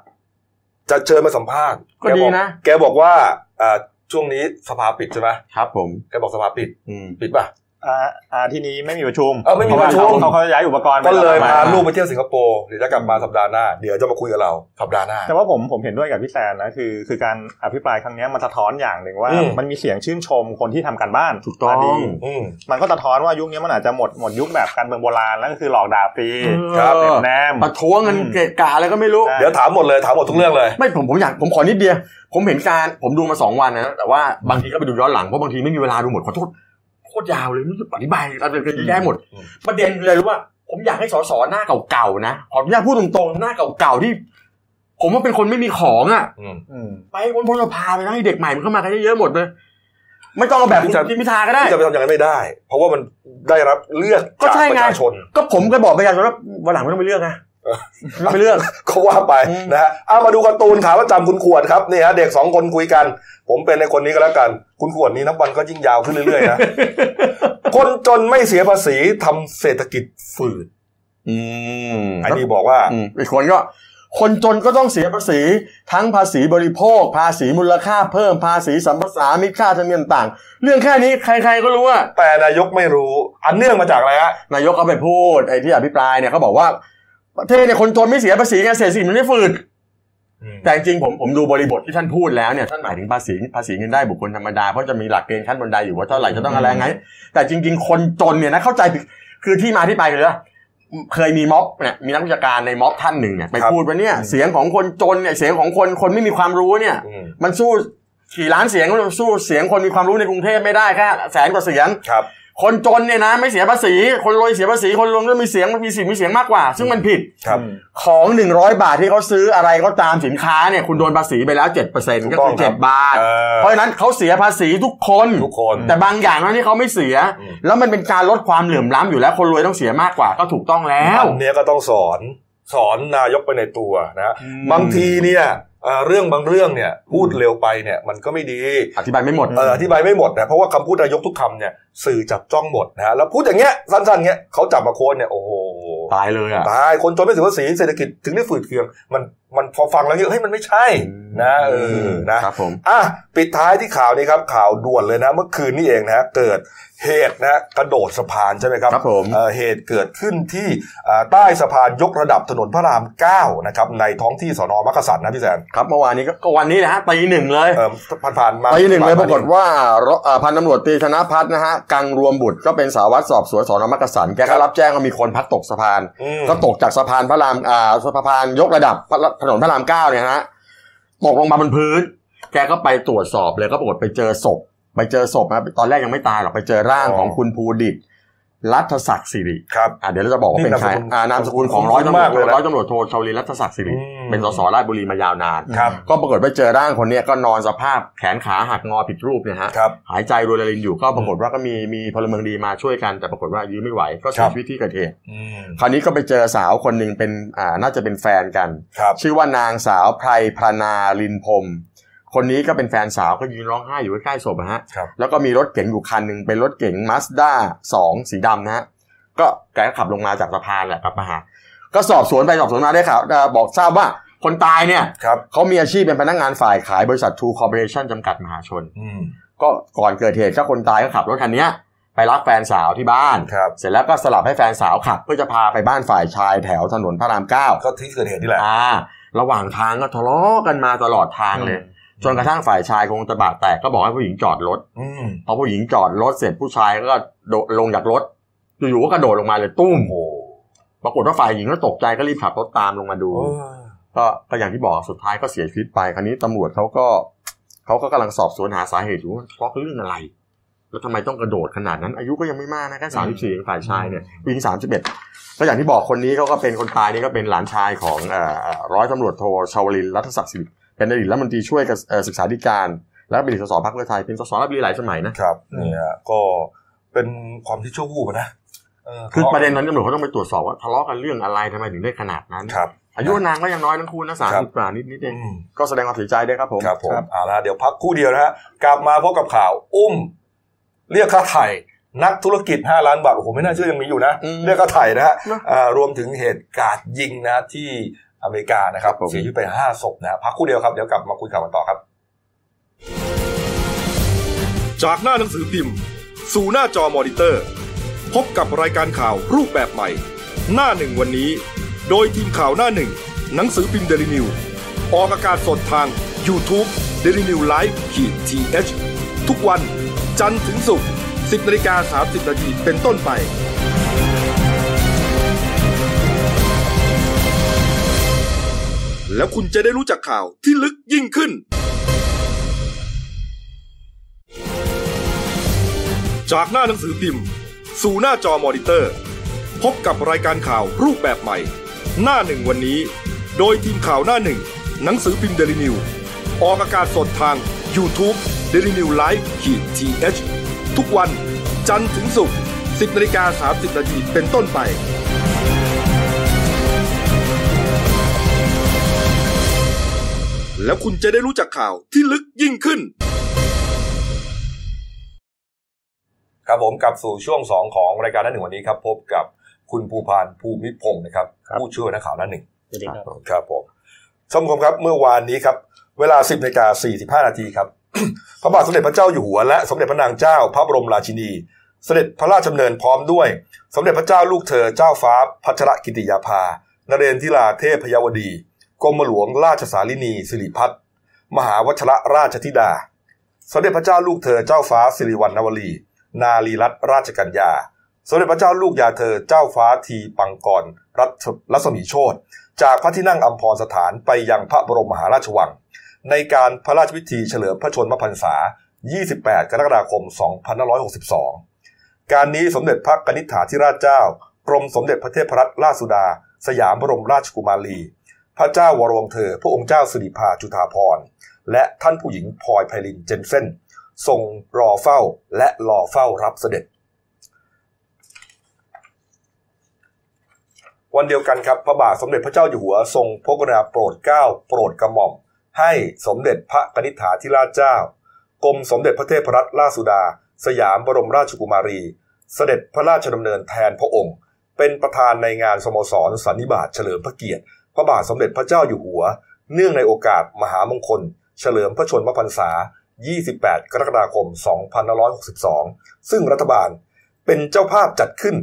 [SPEAKER 1] จะเชิญมาสัมภาษณ์
[SPEAKER 3] ก็ดีนะ
[SPEAKER 1] แกบอกว่าอ่าช่วงนี้สภาปิดใช่ไหม
[SPEAKER 3] ครับผม
[SPEAKER 1] แกบอกสภาปิด
[SPEAKER 3] อืม
[SPEAKER 1] ปิดป่ะ
[SPEAKER 4] อ่าอ่าที่นี้ไม่มีประชุม
[SPEAKER 1] เออไม่มีประชุม
[SPEAKER 4] เขาเขาย้ายอุปกรณ์ไป
[SPEAKER 1] ก็เลย
[SPEAKER 4] แว
[SPEAKER 1] พา
[SPEAKER 4] นะ
[SPEAKER 1] ลูกไปเที่ยวสิงคโปร์เดี๋ยวจะกลับมาสัปดาห์หน้า เดี๋ยวจะมาคุยกับเราสัปดาห์หน้า
[SPEAKER 4] แต่ว่าผมผมเห็นด้วยกับพี่แซนนะคือคือการอภิปรายครั้งเนี้ยมันสะท้อนอย่างหนึ่งว่า
[SPEAKER 1] อืม
[SPEAKER 4] มันมีเสียงชื่นชมคนที่ทำการบ้าน
[SPEAKER 3] ถูกต้อง
[SPEAKER 4] มาดี
[SPEAKER 1] อืม
[SPEAKER 4] มันก็สะท้อนว่ายุคนี้มันอาจจะหมดหมดยุคแบบการเมืองโบราณแล้วก็คือหลอกด่าฟรี
[SPEAKER 1] ครับ
[SPEAKER 3] เอ
[SPEAKER 4] เน็
[SPEAKER 3] อบ
[SPEAKER 4] แนม
[SPEAKER 3] ประท้วงกัน
[SPEAKER 4] อืม
[SPEAKER 3] เกะกะอะไรก็ไม่รู้
[SPEAKER 1] เดี๋ยวถามหมดเลยถามหมดทุกเรื่องเลย
[SPEAKER 3] ไม่ผมผมอยากผมขอนิดเดียว ผมเห็นการผมดูมาสองวันนะแต่ว่าบางทีก็ไปดูย้อนหลังเพราะบางทีไม่มีเวลาดูหมดขอโทษโคตรยาวเลยไม่รู้จะอธิบายอะไรกันเยอะแย่หมด
[SPEAKER 1] อืม
[SPEAKER 3] ประเด็นคืออะไรรู้ป่ะผมอยากให้สสหน้าเก่าๆนะขออนุญาตพูดตรงๆหน้าเก่าๆที่ ผมว่าเป็นคนไม่มีของอ่ะ
[SPEAKER 1] อืม
[SPEAKER 4] อืม
[SPEAKER 3] ไปคนพลพาไปนะให้เด็กใหม่มันเข้ามากันเยอะๆหมดเลยไม่ต้องเอาแบบคุณพิมพิธาก็ได้
[SPEAKER 1] ที่จะไปทำอย่างนั้นไม่ได้ เพราะว่ามันได้รับเลือก
[SPEAKER 3] ก็
[SPEAKER 1] จาก
[SPEAKER 3] ใช่
[SPEAKER 1] ป
[SPEAKER 3] ไง
[SPEAKER 1] ระชาชน
[SPEAKER 3] ก็ผมก็บอกประชาชนว่าวันหลังไม่ต้องไปเลือกนะไม่ต้องไปเลือก
[SPEAKER 1] ก็ว่าไป
[SPEAKER 3] อืม
[SPEAKER 1] นะฮะเอามาดูการ์ตูนขาประจำคุณขวดครับนี่ฮะเด็กสองคนคุยกัน ผมเป็นในคนนี้ก็แล้วกัน คุณขวดนี้นับวันก็ยิ่ งยาวขึ้นเรื่อยๆนะ คนจนไม่เสียภาษีทำเศรษฐกิจฝืด
[SPEAKER 3] อืม
[SPEAKER 1] ไอ้นี่บอกว่า
[SPEAKER 3] อืมอีกคนก็ คนจนก็ต้องเสียภาษี ทั้งภาษีบริโภค ภาษีมูลค่าเพิ่มภาษีสัมปทานมิตรค่าธรรมเนียมต่าง เรื่องแค่นี้ใคร ๆ ก็รู้ว่า
[SPEAKER 1] แต่นายกไม่รู้ อันเนื่องมาจากอะไรฮะ
[SPEAKER 3] นายกเขาไปพูดไอ้ที่อภิปรายเนี่ยเขาบอกว่า ประเทศเนี่ยคนจนไม่เสียภาษีไงเศรษฐกิจมันไม่ฝืด แต่จริงๆผมผมดูบริบทที่ท่านพูดแล้วเนี่ยท่านหมายถึงภาษีภาษีเงินได้บุคคลธรรมดา เพราะจะมีหลักเกณฑ์ขั้นบันไดอยู่ว่าเท่าไหร่จะต้องอะไรไง แต่จริง ๆ คนจนเนี่ยนะเข้าใจผิดคือที่มาที่ไปเลยนะเคยมีม็อบเนี่ยมีนักวิชาการในม็อบท่านหนึ่งเนี่ยไปพูดว่าเนี่ยเสียงของคนจนเนี่ยเสียงของคนคนไม่มีความรู้เนี่ย
[SPEAKER 1] อืม
[SPEAKER 3] มันสู้กี่ล้านเสียงมันสู้เสียงคนมีความรู้ในกรุงเทพไม่ได้แค่แสนกว่าเสียง
[SPEAKER 1] ครับ
[SPEAKER 3] คนจนเนี่ยนะไม่เสียภาษี คนรวยเสียภาษีคนรวยก็มีเสียงมีสิทธิ์มีเสียงมากกว่า ซึ่งมันผิด
[SPEAKER 1] ครับ
[SPEAKER 3] ของ 100 บาทที่เขาซื้ออะไรก็ตามสินค้าเนี่ยคุณโดนภาษีไปแล้ว7%ก็
[SPEAKER 1] ถูกต้
[SPEAKER 3] คื
[SPEAKER 1] อง
[SPEAKER 3] อ
[SPEAKER 1] ครับ
[SPEAKER 3] 7บาท
[SPEAKER 1] เอ่อ
[SPEAKER 3] เพราะฉะนั้นเขาเสียภาษีทุกคน
[SPEAKER 1] ทุกคน
[SPEAKER 3] แต่บางอย่างนั้นที่เขาไม่เสีย
[SPEAKER 1] อืม
[SPEAKER 3] แล้วมันเป็นการลดความเหลื่อมล้ำอยู่แล้วคนรวยต้องเสียมากกว่า ก็ถูกต้องแล้ว
[SPEAKER 1] อันเนี้ยก็ต้องสอนสอนนายกไปในตัวนะฮะบางทีเนี่ยเอ่อเรื่องบางเรื่องเนี่ยพูดเร็วไปเนี่ยมันก็ไม่ดี
[SPEAKER 3] อธิบายไม่หมด
[SPEAKER 1] เอออธิบายไม่หมดนะเพราะว่าคำพูดนายกทุกคำเนี่ยสื่อจับจ้องหมดนะฮะแล้วพูดอย่างเงี้ยสั้นๆเงี้ยเขาจับมาโค้ดเนี่ยโอ้โห
[SPEAKER 3] ตายเลยอ่ะ
[SPEAKER 1] ตายคนจนไม่ถือภาษีเศรษฐกิจถึงได้ฝืดเคือง มันมันพอฟังแล้วเนี่ยเฮ้ยมันไม่ใช่นะเออนะ
[SPEAKER 3] ครับผม
[SPEAKER 1] อ่ะปิดท้ายที่ข่าวนี้ครับข่าวด่วนเลยนะเมื่อคืนนี้เองนะฮะเกิดเหตุนะฮะกระโดดสะพานใช่ไหมครับ
[SPEAKER 3] ครับผม
[SPEAKER 1] เอ่อเหตุเกิดขึ้นที่อ่าใต้สะพานยกระดับถนนพระรามเก้านะครับในท้องที่สนมักกะสันนะพี่แซน
[SPEAKER 3] ครับเมื่อวานนี้ก็ก็วันนี้นะฮะตีหนึ่งเลย
[SPEAKER 1] เออผ่านผ่านๆมา
[SPEAKER 3] ปีหนึ่งเลยป
[SPEAKER 1] ผ่
[SPEAKER 3] ราน ก
[SPEAKER 1] ม
[SPEAKER 3] ฏว่าร้อยเอ่อพันตำรวจตรีธนพัฒน์นะฮะกังรวมบุตรก็เป็นสารวัตรสอบสวนสอนอมักกะสันแกก็รับแจ้งว่ามีคนพลัดตกสะพาน
[SPEAKER 1] อืม
[SPEAKER 3] ก็ตกจากสะพานพระรามอ่าสะพานยกระดับพระถนนพระรามเก้าเนี่ยนะฮะตกลงมาบนพื้น แกก็ไปตรวจสอบเลยก็ปรากฏไปเจอศพ ไปเจอศพนะตอนแรกยังไม่ตายหรอกไปเจอร่างของคุณภูดิตรัฐศักดิ์สิริ
[SPEAKER 1] ครับ
[SPEAKER 3] อ่ะเดี๋ยวเราจะบอกว่าเป็นใคร
[SPEAKER 1] นี่นามสกุล
[SPEAKER 3] อ่านามสกุลของร้อยตำรว
[SPEAKER 1] มา
[SPEAKER 3] จ
[SPEAKER 1] กเลยนะ
[SPEAKER 3] ร้อยตำรวจโทชาวลินรัฐศักดิ์สิริ
[SPEAKER 1] อืม
[SPEAKER 3] เป็นสสราชบุรีมายาวนาน
[SPEAKER 1] ครับ
[SPEAKER 3] ก็ปรากฏว่าเจอร่างคนเนี้ยก็นอนสภาพแขนขาหักงอผิดรูปเนี่ยฮะ
[SPEAKER 1] ครับ
[SPEAKER 3] หายใจรวยรินอยู่ก็ปรากฏว่าก็มีมีพลเมืองดีมาช่วยกันแต่ปรากฏว่ายื้อไม่ไหวก็
[SPEAKER 1] ค
[SPEAKER 3] เสี
[SPEAKER 1] รับ
[SPEAKER 3] ยชีวิตที่เกิดเหตุ
[SPEAKER 1] อืม
[SPEAKER 3] คราวนี้ก็ไปเจอสาวคนหนึ่งเป็นอ่าน่าจะเป็นแฟนกัน
[SPEAKER 1] ครับ
[SPEAKER 3] ชื่อว่านางสาวไพรพรานาลินพรหมคนนี้ก็เป็นแฟนสาวก็ยืนร้องไห้อยู่ใกล้ๆศพอะฮะ
[SPEAKER 1] ครับ
[SPEAKER 3] แล้วก็มีรถเก๋งอยู่คันหนึ่งเป็นรถเก๋งมาสด้าสองสีดำนะฮะก็แกก็ขับลงมาจากสะพานแหละกลับมาหาก็สอบสวนไปสอบสวนมาได้ข่าวเอ่อบอกทราบว่าคนตายเนี่ย
[SPEAKER 1] ครับ
[SPEAKER 3] เขามีอาชีพเป็นพนักงานฝ่ายขายบริษัท True Corporation จำกัดมหาชน
[SPEAKER 1] อืม
[SPEAKER 3] ก็ก่อนเกิดเหตุก็คนตายก็ขับรถคันเนี้ยไปรับแฟนสาวที่บ้าน
[SPEAKER 1] ครับ
[SPEAKER 3] เสร็จแล้วก็สลับให้แฟนสาวขับ เพื่อจะพาไปบ้านฝ่ายชายแถวถนนพระรามเก้า
[SPEAKER 1] ก็ที่เกิดเหตุนี่แหละ
[SPEAKER 3] อ่าระหว่างทางก็ทะเลาะกันมาตลอดทางเลย จนกระทั่งฝ่ายชายคงตะบะแตกก็บอกให้ผู้หญิงจอดรถ
[SPEAKER 1] อืม
[SPEAKER 3] พอผู้หญิงจอดรถเสร็จผู้ชายก็โดดลงจากรถอยู่ๆก็กระโดดลงมาเลยตุ้ม
[SPEAKER 1] โอ้โห
[SPEAKER 3] ปรากฏว่าฝ่ายหญิงก็ตกใจก็รีบขับรถตามลงมาดู
[SPEAKER 1] โอ้ย
[SPEAKER 3] ก็ก็อย่างที่บอกสุดท้ายก็เสียชีวิตไปคราวนี้ตำรวจเขาก็เขาก็กำลังสอบสวนหาสาเหตุอยู่ว่าทะเลาะกันเรื่องอะไร แล้วทำไมต้องกระโดดขนาดนั้น อายุก็ยังไม่มากนะแค่สามสิบสี่ฝ่ายชายเนี่ยวิ่งสามสิบเอ็ดก็อย่างที่บอกคนนี้เขาก็เป็นคนตายนี่ก็เป็นหลานชายของเอ่อเอ่อร้อยตำรวจโทชาวลินรัฐศักดิ์สิริเป็นอดีตรัฐมนตรีช่วยกับเอ่อศึกษาธิการ แล้วก็เป็นอดีตสสพรรคเพื่อไทยเป็นสสรัฐบุรีหลายสมัยนะครับ
[SPEAKER 1] เนี่ยก็เป็นความที่ชั่ววูบอะนะเออ
[SPEAKER 3] คือประเด็นนั้นตำรวจเขาต้องไปตรวจสอบว่าทะเลาะกันเรื่องอะไรทำไมถึงได้ขนาดนั้น
[SPEAKER 1] ครับ
[SPEAKER 3] อายุนางก็ยังน้อยทั้งคู่นะสาม
[SPEAKER 1] ครั
[SPEAKER 3] สิ
[SPEAKER 1] บ
[SPEAKER 3] บกว่านิดนิดๆเอง
[SPEAKER 1] อืม
[SPEAKER 3] ก็แสดงความเสียใจด้วยครับผม
[SPEAKER 1] ครับผมเอาละเดี๋ยวพักครู่เดียวนะฮะกลับมาพบกับข่าวอุ้ม เรียกค่าไถ่นักธุรกิจ 5 ล้านบาทโอ้โหไม่น่าเชื่อยังมีอยู่นะ
[SPEAKER 3] อืม
[SPEAKER 1] เรียกค่าไถ่นะฮะ
[SPEAKER 3] เนอะ
[SPEAKER 1] อ่ารวมถึงเหตุการณ์ยิงนะที่อเมริกานะครับ
[SPEAKER 3] ครับผม
[SPEAKER 1] เสียชีวิตไป 5 ศพนะฮะพักครู่เดียวครับ เดี๋ยวกลับมาคุยข่าวกันต่อครับ
[SPEAKER 5] จากหน้าหนังสือพิมพ์ สู่หน้าจอมอนิเตอร์ พบกับรายการข่าวรูปแบบใหม่ หน้าหนึ่งวันนี้ โดยทีมข่าวหน้าหนึ่ง หนังสือพิมพ์เดลิวิวออกอากาศสดทาง y o u t u เด d ิวิวไลฟ์ขีดทีเทุกวัน จันทร์ถึงศุกร์10นาฬิกา30นาทีเป็นต้นไป แล้วคุณจะได้รู้จักข่าวที่ลึกยิ่งขึ้น จากหน้าหนังสือพิมพ์ สู่หน้าจอมอนิเตอร์ พบกับรายการข่าวรูปแบบใหม่ หน้าหนึ่งวันนี้ โดยทีมข่าวหน้าหนึ่ง หนังสือพิมพ์เดลิวิวออกอากาศสดทาง y o u t u เด d ิวิวไลฟ์ขีดทีเทุกวัน จันทร์ถึงศุกร์10นาฬิกา30นาทีเป็นต้นไป แล้วคุณจะได้รู้จักข่าวที่ลึกยิ่งขึ้น
[SPEAKER 1] ครับผมกลับสู่ช่วง 2 ของรายการหน้าหนึ่งวันนี้ครับ พบกับ คุณภูพานภูมิพงศ์นะครับ
[SPEAKER 4] ครับ
[SPEAKER 1] ผู้ช่วยนักข่าวหน้าหนึ่ง
[SPEAKER 4] จริงครับ
[SPEAKER 1] ครับผมท่านผู้ชมครับเมื่อวานนี้ครับ เวลา 10นาฬิกา45 นาทีครับ พระบาทสมเด็จพระเจ้าอยู่หัวและสมเด็จพระนางเจ้าพระบรมราชินี เสด็จพระราชดำเนินพร้อมด้วย สมเด็จพระเจ้าลูกเธอเจ้าฟ้าพัชรกิติยาภานเรนทิราเทพยวดีกรมหลวงราชสารินีสิริพัฒน์มหาวัชรราชธิดา สมเด็จพระเจ้าลูกเธอเจ้าฟ้าสิริวัณณวลี นารีรัตนราชกัญญา สมเด็จพระเจ้าลูกยาเธอเจ้าฟ้าทีปังกรรัตรัศมีโชต จากพระที่นั่งอัมพรสถานไปยังพระบรมมหาราชวัง ในการพระราชพิธีเฉลิมพระชนมพรรษา 28 กรกฎาคม 2562 การนี้สมเด็จพระกนิษฐาธิราชเจ้า กรมสมเด็จพระเทพรัตนราชสุดา สยามบรมราชกุมารี พระเจ้าวรวงเธอ พระองค์เจ้าสิริภาจุฑาภรณ์ และท่านผู้หญิงพลอยไพลินเจนเซนทรงรอเฝ้าและรอเฝ้ารับเสด็จ วันเดียวกันครับพระบาทสมเด็จพระเจ้าอยู่หัวทรงพระกรุณาโปรดเกล้าโปรดกระหม่อม ให้สมเด็จพระกนิษฐาธิราชเจ้ากรมสมเด็จพระเทพรัตนราชสุดา สยามบรมราชกุมารี เสด็จพระราชดำเนินแทนพระองค์ เป็นประธานในงานสโมสรสันนิบาตเฉลิมพระเกียรติ พระบาทสมเด็จพระเจ้าอยู่หัว เนื่องในโอกาสมหามงคล เฉลิมพระชนมพรรษา 28 กรกฎาคม 2562 ซึ่งรัฐบาลเป็นเจ้าภาพจัดขึ้น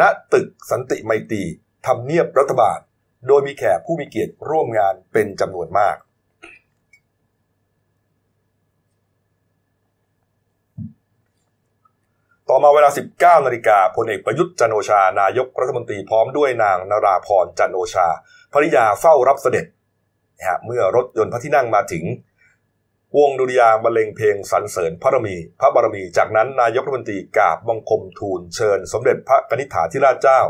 [SPEAKER 1] ณตึกสันติไมตรีทำเนียบรัฐบาล โดยมีแขกผู้มีเกียรติร่วมงานเป็นจำนวนมาก ต่อมาเวลา 19 นาฬิกาพลเอกประยุทธ์จันทร์โอชา นายกรัฐมนตรีพร้อมด้วยนางนราพรจันทร์โอชาภริยาเฝ้ารับเสด็จนะฮะเมื่อรถยนต์พระที่นั่งมาถึง วงดุริยางค์บรรเลงเพลงสรรเสริญพระบารมี พระบารมี จากนั้นนายกรัฐมนตรีกราบบังคมทูลเชิญ สมเด็จพระกนิษฐาธิราชเจ้า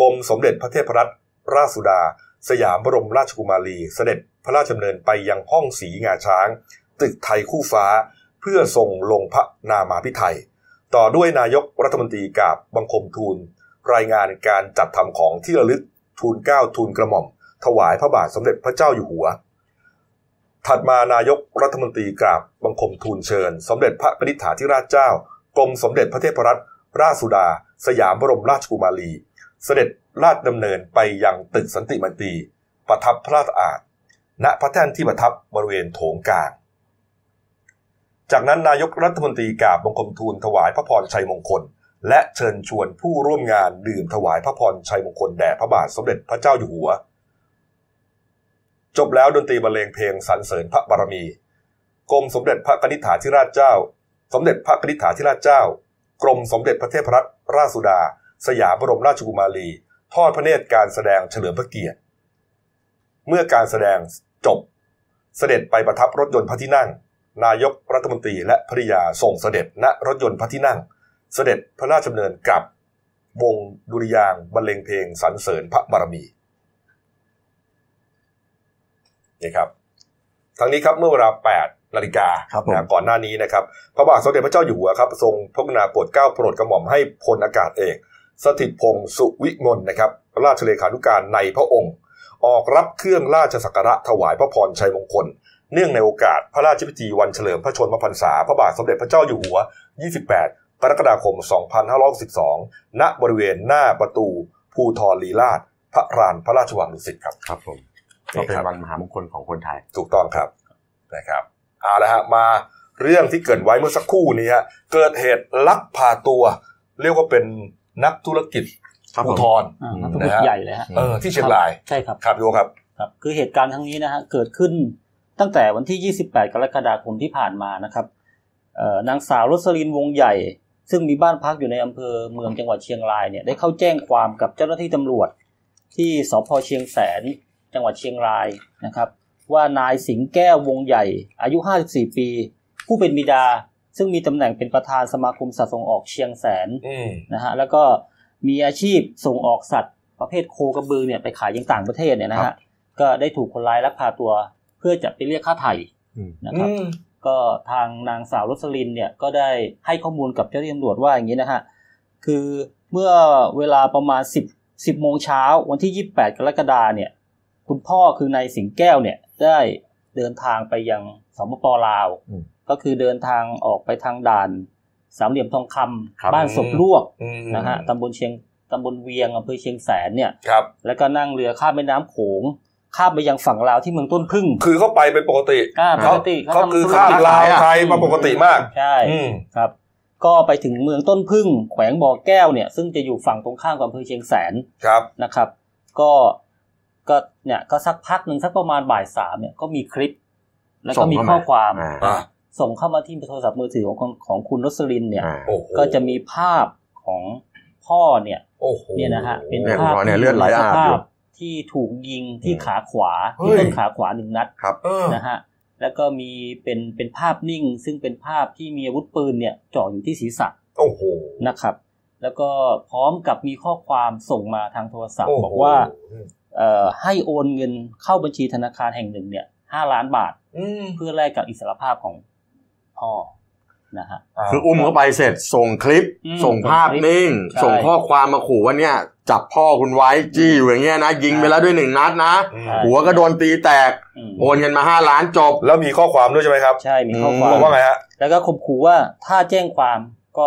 [SPEAKER 1] กรมสมเด็จพระเทพรัตนราชสุดา สยามบรมราชกุมารี เสด็จพระราชดำเนินไปยังห้องสีงาช้าง ตึกไทยคู่ฟ้า เพื่อทรงลงพระนามาพิไทย ต่อด้วยนายกรัฐมนตรีกราบบังคมทูล รายงานการจัดทำของที่ระลึกทูลเกล้าทูลกระหม่อม ถวายพระบาทสมเด็จพระเจ้าอยู่หัว ถัดมานายกรัฐมนตรีกราบบังคมทูลเชิญ สมเด็จพระนิษฐาธิราชเจ้ากรมสมเด็จพระเทพรัตนราชสุดา สยามบรมราชกุมารี เสด็จราชดำเนินไปยังตึกสันติมันตรีประทับพระราชอาณณพระแท่นที่ประทับบริเวณโถงกลาง จากนั้นนายกรัฐมนตรีกราบบังคมทูลถวายพระพรชัยมงคล และเชิญชวนผู้ร่วมงานดื่มถวายพระพรชัยมงคลแด่พระบาทสมเด็จพระเจ้าอยู่หัว จบแล้วดนตรีบรรเลงเพลงสรรเสริญพระบารมี กรมสมเด็จพระกนิษฐาธิราชเจ้า สมเด็จพระกนิษฐาธิราชเจ้า กรมสมเด็จพระเทพรัตนราชสุดา สยามบรมราชกุมารี ทอดพระเนตรการแสดงเฉลิมพระเกียรติ เมื่อการแสดงจบ เสด็จไปประทับรถยนต์พระที่นั่ง นายกรัฐมนตรีและภริยาส่งเสด็จณรถยนต์พระที่นั่ง เสด็จพระราชดำเนินกลับ วงดุริยางค์บรรเลงเพลงสรรเสริญพระบารมี นี่ครับทั้งนี้ครับเมื่อเวลา 8 นาฬิกา
[SPEAKER 3] ครับผม
[SPEAKER 1] นะก่อนหน้านี้นะครับ พระบาทสมเด็จพระเจ้าอยู่หัวครับ ทรงพระกรุณาโปรดเกล้าโปรดกระหม่อมให้พลอากาศเอก สถิตพงศ์สุวิมลนะครับ ราชเลขานุการในพระองค์ ออกรับเครื่องราชสักการะถวายพระพรชัยมงคล เนื่องในโอกาสพระราชพิธีวันเฉลิมพระชนมพรรษา พระบาทสมเด็จพระเจ้าอยู่หัว 28 กรกฎาคม 2562 ณ บริเวณหน้าประตูภูทรลีลาศพระรานพระราชวังดุสิตครับ
[SPEAKER 3] ครับผม
[SPEAKER 1] นี่
[SPEAKER 3] ก็เป็น
[SPEAKER 1] ครับ
[SPEAKER 3] วันมหามงคลของคนไทย
[SPEAKER 1] ถูกต้องครับนะครับเอาละฮะมาเรื่องที่เกริดไว้เมื่อสักครู่นี้ฮะเกิดเหตุลักพาตัว เรียกว่าเป็นนักธุรกิจ
[SPEAKER 3] ครับผ
[SPEAKER 1] ภู
[SPEAKER 3] ม
[SPEAKER 1] ทร
[SPEAKER 6] อ่านักธุร
[SPEAKER 1] นะ
[SPEAKER 6] กิจ
[SPEAKER 1] ฮะ
[SPEAKER 6] ใหญ่เลยฮะ
[SPEAKER 1] เออที่เชียงราย
[SPEAKER 6] ใช่ครับ
[SPEAKER 1] ครับโยครับ
[SPEAKER 6] ครับ คือเหตุการณ์ทั้งนี้นะฮะเกิดขึ้นตั้งแต่วันที่ 28 กรกฎาคมที่ผ่านมานะครับเอ่อนางสาวรสลินวงใหญ่ ซึ่งมีบ้านพักอยู่ในอำเภอเมืองจังหวัดเชียงรายเนี่ยได้เข้าแจ้งความกับเจ้าหน้าที่ตำรวจ ที่สพเชียงแสน จังหวัดเชียงรายนะครับ ว่านายสิงแก้ววงใหญ่ อายุ 54 ปี ผู้เป็นบิดา ซึ่งมีตำแหน่งเป็นประธานสมาคมสัตว์ส่งออกเชียงแสน
[SPEAKER 1] อืม
[SPEAKER 6] นะฮะแล้วก็มีอาชีพส่งออกสัตว์ประเภทโคกระบือเนี่ยไปขายยังต่างประเทศเนี่ยนะฮะก็ได้ถูกคนร้ายลักพาตัวเพื่อจะไปเรียกค่าไถ่
[SPEAKER 3] อืม
[SPEAKER 6] นะครับ ก็ทางนางสาวรสลินเนี่ยก็ได้ให้ข้อมูลกับเจ้าหน้าที่ตำรวจว่าอย่างนี้นะฮะคือเมื่อเวลาประมาณ 10 10โมงเช้าวันที่ 28 กรกฎาเนี่ยคุณพ่อคือนายสิงแก้วเนี่ยได้เดินทางไปยังสปปลาว
[SPEAKER 3] อืม
[SPEAKER 6] ก็คือเดินทางออกไปทางด่านสามเหลี่ยมทองคำ
[SPEAKER 1] ครับ
[SPEAKER 6] บ้าน
[SPEAKER 1] อืม
[SPEAKER 6] ศพลวก
[SPEAKER 1] อืม
[SPEAKER 6] นะฮะตำบลเชียง ตำบลเวียงอำเภอเชียงแสนเนี่ย
[SPEAKER 1] ครับ
[SPEAKER 6] แล้วก็นั่งเรือข้ามแม่น้ำโขง ข้ามไปยังฝั่งลาวที่เมืองต้นพึ่ง
[SPEAKER 1] คือเขาไปเป็นปกติ
[SPEAKER 6] อ่าป
[SPEAKER 1] เขา
[SPEAKER 6] กติ
[SPEAKER 1] เขา
[SPEAKER 6] ทำ
[SPEAKER 1] คือ
[SPEAKER 6] ธุร
[SPEAKER 1] ข้าม
[SPEAKER 6] กิจ
[SPEAKER 1] ลาวไทยมาปกติมาก
[SPEAKER 6] ใช่
[SPEAKER 1] อืม
[SPEAKER 6] ครับ ก็ไปถึงเมืองต้นพึ่ง แขวงบ่อแก้วเนี่ย ซึ่งจะอยู่ฝั่งตรงข้ามกับอำเภอเชียงแสน
[SPEAKER 1] ครับ
[SPEAKER 6] นะครับ ก็ก็เนี่ยก็สักพักหนึ่งสักประมาณบ่ายสามเนี่ยก็มีคลิป แล้วก็มีข้อความ
[SPEAKER 3] อ่า
[SPEAKER 1] อ่ะ
[SPEAKER 6] ส่งเข้ามาที่โทรศัพท์มือถือของคนของคุณรสลินเนี่ย
[SPEAKER 3] อ่า
[SPEAKER 1] โอ้โห
[SPEAKER 6] ก็จะมีภาพของพ่อเนี่ย
[SPEAKER 1] โอ้โห
[SPEAKER 6] เนี่ยนะฮะเป็น
[SPEAKER 3] เนี่ย
[SPEAKER 6] ภาพ
[SPEAKER 3] หัวเนี่ยเลือดไหลอาบ
[SPEAKER 6] ภา
[SPEAKER 3] อยู่
[SPEAKER 6] พที่ถูกยิงที่ขาขวา
[SPEAKER 1] เฮ้
[SPEAKER 6] ที่
[SPEAKER 1] ย
[SPEAKER 6] ต้นขาขวาหนึ่งนัด
[SPEAKER 3] ครับ
[SPEAKER 1] เออ
[SPEAKER 6] นะฮะแล้วก็มีเป็นเป็นภาพนิ่ง ซึ่งเป็นภาพที่มีอาวุธปืนเนี่ยจ่ออยู่ที่ศีรษะ
[SPEAKER 1] โอ้โห
[SPEAKER 6] นะครับ แล้วก็พร้อมกับมีข้อความส่งมาทางโทรศัพท์
[SPEAKER 1] โโห
[SPEAKER 6] บอกว่าเอ่อให้โอนเงินเข้าบัญชีธนาคารแห่งหนึ่งเนี่ยห้าล้านบาท
[SPEAKER 1] อืม
[SPEAKER 6] เพื่อแลกกับอิสรภาพของพ่อนะฮะ
[SPEAKER 1] า
[SPEAKER 3] คืออุ้มเข้าไปเสร็จส่งคลิป
[SPEAKER 6] อืม
[SPEAKER 3] ส่งภาพนิ่ง
[SPEAKER 6] ใช่
[SPEAKER 3] ส่งข้อความมาขู่ว่าเนี่ย จับพ่อคุณไว้จี้อยู่อย่างเงี้ยนะ ยิงไปแล้วด้วยหนึ่งนัดนะ
[SPEAKER 1] อืม
[SPEAKER 3] หัวก็โดนตีแตก
[SPEAKER 6] อืม
[SPEAKER 3] โอนเงินมาห้าล้านจบ
[SPEAKER 1] แล้วมีข้อความด้วยใช่ไหมครับ
[SPEAKER 6] ใช่มีข้อควา
[SPEAKER 1] บ
[SPEAKER 6] ม
[SPEAKER 1] อกว่าไงฮะ
[SPEAKER 6] แล้วก็ข่มขู่ว่าถ้าแจ้งความก็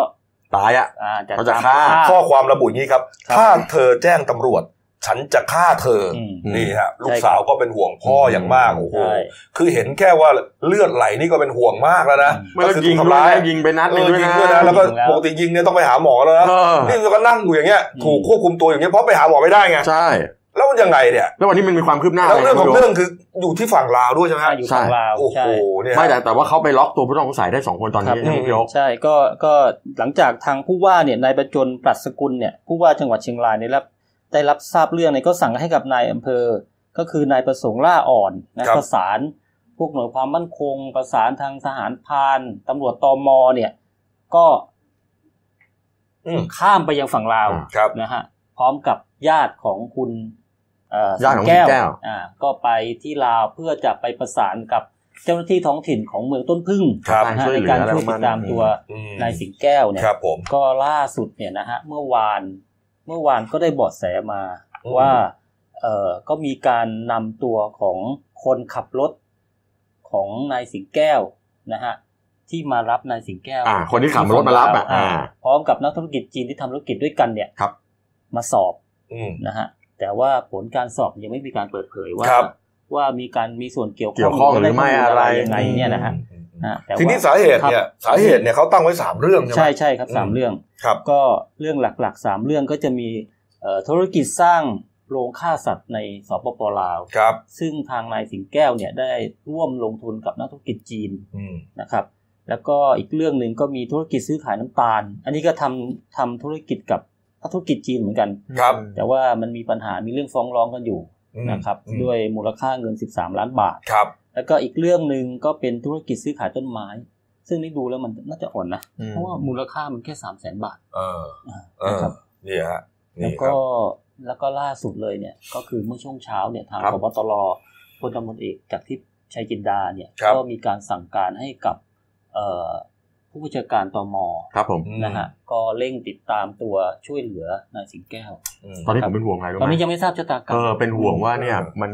[SPEAKER 3] ตายอ่ะ
[SPEAKER 6] อ่าจะ
[SPEAKER 3] เขาจะ
[SPEAKER 6] ตม
[SPEAKER 3] ฆ่า
[SPEAKER 6] ไป
[SPEAKER 1] ข้อความระบุอย่างนี้ครับ
[SPEAKER 6] ครับ
[SPEAKER 1] ถ้าเธอแจ้งตำรวจ ฉันจะฆ่าเธออ
[SPEAKER 6] ม
[SPEAKER 1] นี่ฮะ ลูก
[SPEAKER 6] ใช่ครั
[SPEAKER 1] สา
[SPEAKER 6] บ
[SPEAKER 1] วก็เป็นห่วงพ่ออย่างมากโอ้โห
[SPEAKER 6] ใช่
[SPEAKER 1] คือเห็นแค่ว่าเลือดไหลนี่ก็เป็นห่วงมากแล้วนะ
[SPEAKER 3] เมื่อ
[SPEAKER 1] ก็
[SPEAKER 3] เรา
[SPEAKER 1] คื
[SPEAKER 3] ยิง
[SPEAKER 1] ถูกทำ
[SPEAKER 3] ด้ว
[SPEAKER 1] ร้ายย
[SPEAKER 3] นะยิงไปนัดห
[SPEAKER 1] เออ
[SPEAKER 3] นึงด้วย
[SPEAKER 1] ยิง
[SPEAKER 3] นะ
[SPEAKER 1] ด้วยนะแล้วก็
[SPEAKER 6] ยิงแล้ว
[SPEAKER 1] ปกติยิงเนี่ยต้องไปหาหมอแล้วนะ
[SPEAKER 3] เออ
[SPEAKER 1] นี่เราก็นั่งอยู่อย่างเงี้ย ถูกควบคุมตัวอย่างเงี้ยเพราะไปหาหมอไม่ได้ไง
[SPEAKER 3] ใช่
[SPEAKER 1] แล้วมันยังไงเนี่ย
[SPEAKER 3] แล้ววันนี้มันมีความคืบหน้า
[SPEAKER 1] แล้วเรื่องของ
[SPEAKER 3] ไม่
[SPEAKER 1] เรื่องคืออยู่ที่ฝั่งลาวด้วยใช่ไหม
[SPEAKER 6] อ่า
[SPEAKER 1] ฮะ
[SPEAKER 6] อยู่ฝั่งลาว
[SPEAKER 1] โอ้โห
[SPEAKER 6] ใช่
[SPEAKER 1] เนี่ย
[SPEAKER 3] ไม่แต่แต่ว่าเขาไปล็อกตัวผู้ต้องสงสัยได้สองคนตอน
[SPEAKER 1] ค
[SPEAKER 3] นี้
[SPEAKER 1] รับ
[SPEAKER 3] นะพี่ยก
[SPEAKER 6] ใช่ก็ก็หลังจากทางผู้ว่าเนี่ยนายประจนปรัชกุลเนี่ยผู้ว่าจังหวัดเชียงรายได้รับได้รับทราบเรื่องเนี่ยก็สั่งให้กับนายอำเภอ ก็คือนายประสงค์ล่าอ่อนนะครับ ประสานพวกหน่วยความมั่นคง ประสานทางทหารพรานตำรวจตมเนี่ย ก็
[SPEAKER 1] อืม
[SPEAKER 6] ข้ามไปยังฝั่งลาว
[SPEAKER 3] อ่า
[SPEAKER 1] ครับ
[SPEAKER 6] นะฮะพร้อมกับญาติของคุณเอ่อ
[SPEAKER 3] ญาติของคุ
[SPEAKER 6] สิ
[SPEAKER 3] ณแก้ว
[SPEAKER 6] อ่าก็ไปที่ลาวเพื่อจะไปประสานกับเจ้าหน้าที่ท้องถิ่นของเมืองต้นพึ่ง
[SPEAKER 1] ครับ
[SPEAKER 3] การ
[SPEAKER 6] นะฮะ
[SPEAKER 3] ช่วย
[SPEAKER 6] ใน
[SPEAKER 3] เหลือ
[SPEAKER 6] การ
[SPEAKER 3] อะไร
[SPEAKER 6] ช่ว
[SPEAKER 3] ป
[SPEAKER 6] ย
[SPEAKER 3] ระ
[SPEAKER 6] ติ
[SPEAKER 3] มา
[SPEAKER 6] ด
[SPEAKER 3] ณ
[SPEAKER 6] ตาม
[SPEAKER 3] นั้น
[SPEAKER 6] ตัว
[SPEAKER 1] อืม
[SPEAKER 6] นายสิงแก้วเนี่ย
[SPEAKER 1] ครับผม
[SPEAKER 6] ก็ล่าสุดเนี่ยนะฮะเมื่อวานเมื่อวานก็ได้เบาะแสมา
[SPEAKER 1] อืม
[SPEAKER 6] ว่าเออก็มีการนำตัวของคนขับรถของนายสิงแก้วนะฮะที่มารับนายสิงแก้ว
[SPEAKER 3] อ่าคนที่ขับรถมารับอ่ะ
[SPEAKER 6] ที่ฝั่งลว
[SPEAKER 3] อ่า
[SPEAKER 6] พร้อมกับนักธุรกิจจีนที่ทำธุรกิจด้วยกันเนี่ย
[SPEAKER 3] ครับ
[SPEAKER 6] มาสอบ
[SPEAKER 1] อืม
[SPEAKER 6] นะฮะแต่ว่าผลการสอบยังไม่มีการเปิดเผยว่า
[SPEAKER 1] ครับ
[SPEAKER 6] ว่ามีการมีส่วนเกี่ยว
[SPEAKER 3] เกี่ยวข้องหรือไม่อะไร
[SPEAKER 6] ยังไงเนี่ยนะฮะอ่าแต่ว่า
[SPEAKER 1] ทีนี้สาเหตุเนี่ยสาเหตุเนี่ยเขาตั้งไว้สามเรื่องใช่ไหม
[SPEAKER 6] ใช่ใช่ครับสาม
[SPEAKER 1] อืม
[SPEAKER 6] เรื่อง
[SPEAKER 1] ครับ
[SPEAKER 6] ก็เรื่องหลักๆสามเรื่องก็จะมีเอ่อธุรกิจสร้างโรงฆ่าสัตว์ในสปปลาว
[SPEAKER 1] ครับ
[SPEAKER 6] ซึ่งทางนายสิงแก้วเนี่ยได้ร่วมลงทุนกับนักธุรกิจจีน
[SPEAKER 1] อืม
[SPEAKER 6] นะครับ แล้วก็อีกเรื่องหนึ่งก็มีธุรกิจซื้อขายน้ำตาล อันนี้ก็ทำทำธุรกิจกับนักธุรกิจจีนเหมือนกัน
[SPEAKER 1] ครับ
[SPEAKER 6] แต่ว่ามันมีปัญหามีเรื่องฟ้องร้องกันอยู่
[SPEAKER 1] อืม
[SPEAKER 6] นะครับ
[SPEAKER 1] อืม
[SPEAKER 6] ด้วยมูลค่าเงิน 13 ล้านบาท
[SPEAKER 1] ครับ
[SPEAKER 6] แล้วก็อีกเรื่องหนึ่งก็เป็นธุรกิจซื้อขายต้นไม้ ซึ่งนี่ดูแล้วมันน่าจะอ่อนนะ เพราะว่ามูลค่ามันแค่สามแสนบาท
[SPEAKER 1] เออ เออ
[SPEAKER 6] นะครับ
[SPEAKER 1] นี่ฮะ
[SPEAKER 6] แล้
[SPEAKER 1] นี่
[SPEAKER 6] ว
[SPEAKER 1] ครั
[SPEAKER 6] ก็
[SPEAKER 1] บ
[SPEAKER 6] แล้วก็ล่าสุดเลยเนี่ย ก็คือเมื่อช่วงเช้าเนี่ยทาง
[SPEAKER 3] ครับ
[SPEAKER 6] พบตรพลตำรวจเอกจากทิพย์ชัยจินดาเนี่ย
[SPEAKER 1] ครับ
[SPEAKER 6] ก็มีการสั่งการให้กับเอ่อผู้บัญชาการตม
[SPEAKER 3] ครับผม
[SPEAKER 1] อืม
[SPEAKER 6] นะฮะก็เร่งติดตามตัวช่วยเหลือนายสิงแก้ว
[SPEAKER 1] อืม
[SPEAKER 3] ตอนนี้ผมเป็นห่วงอะไรรู้
[SPEAKER 6] ตอน
[SPEAKER 3] ไหม
[SPEAKER 6] นี้ยังไม่ทราบชะตากรร
[SPEAKER 3] เอ
[SPEAKER 6] ม
[SPEAKER 3] อเป็นห่วงว่าเนี่ย
[SPEAKER 1] เออ
[SPEAKER 3] มัน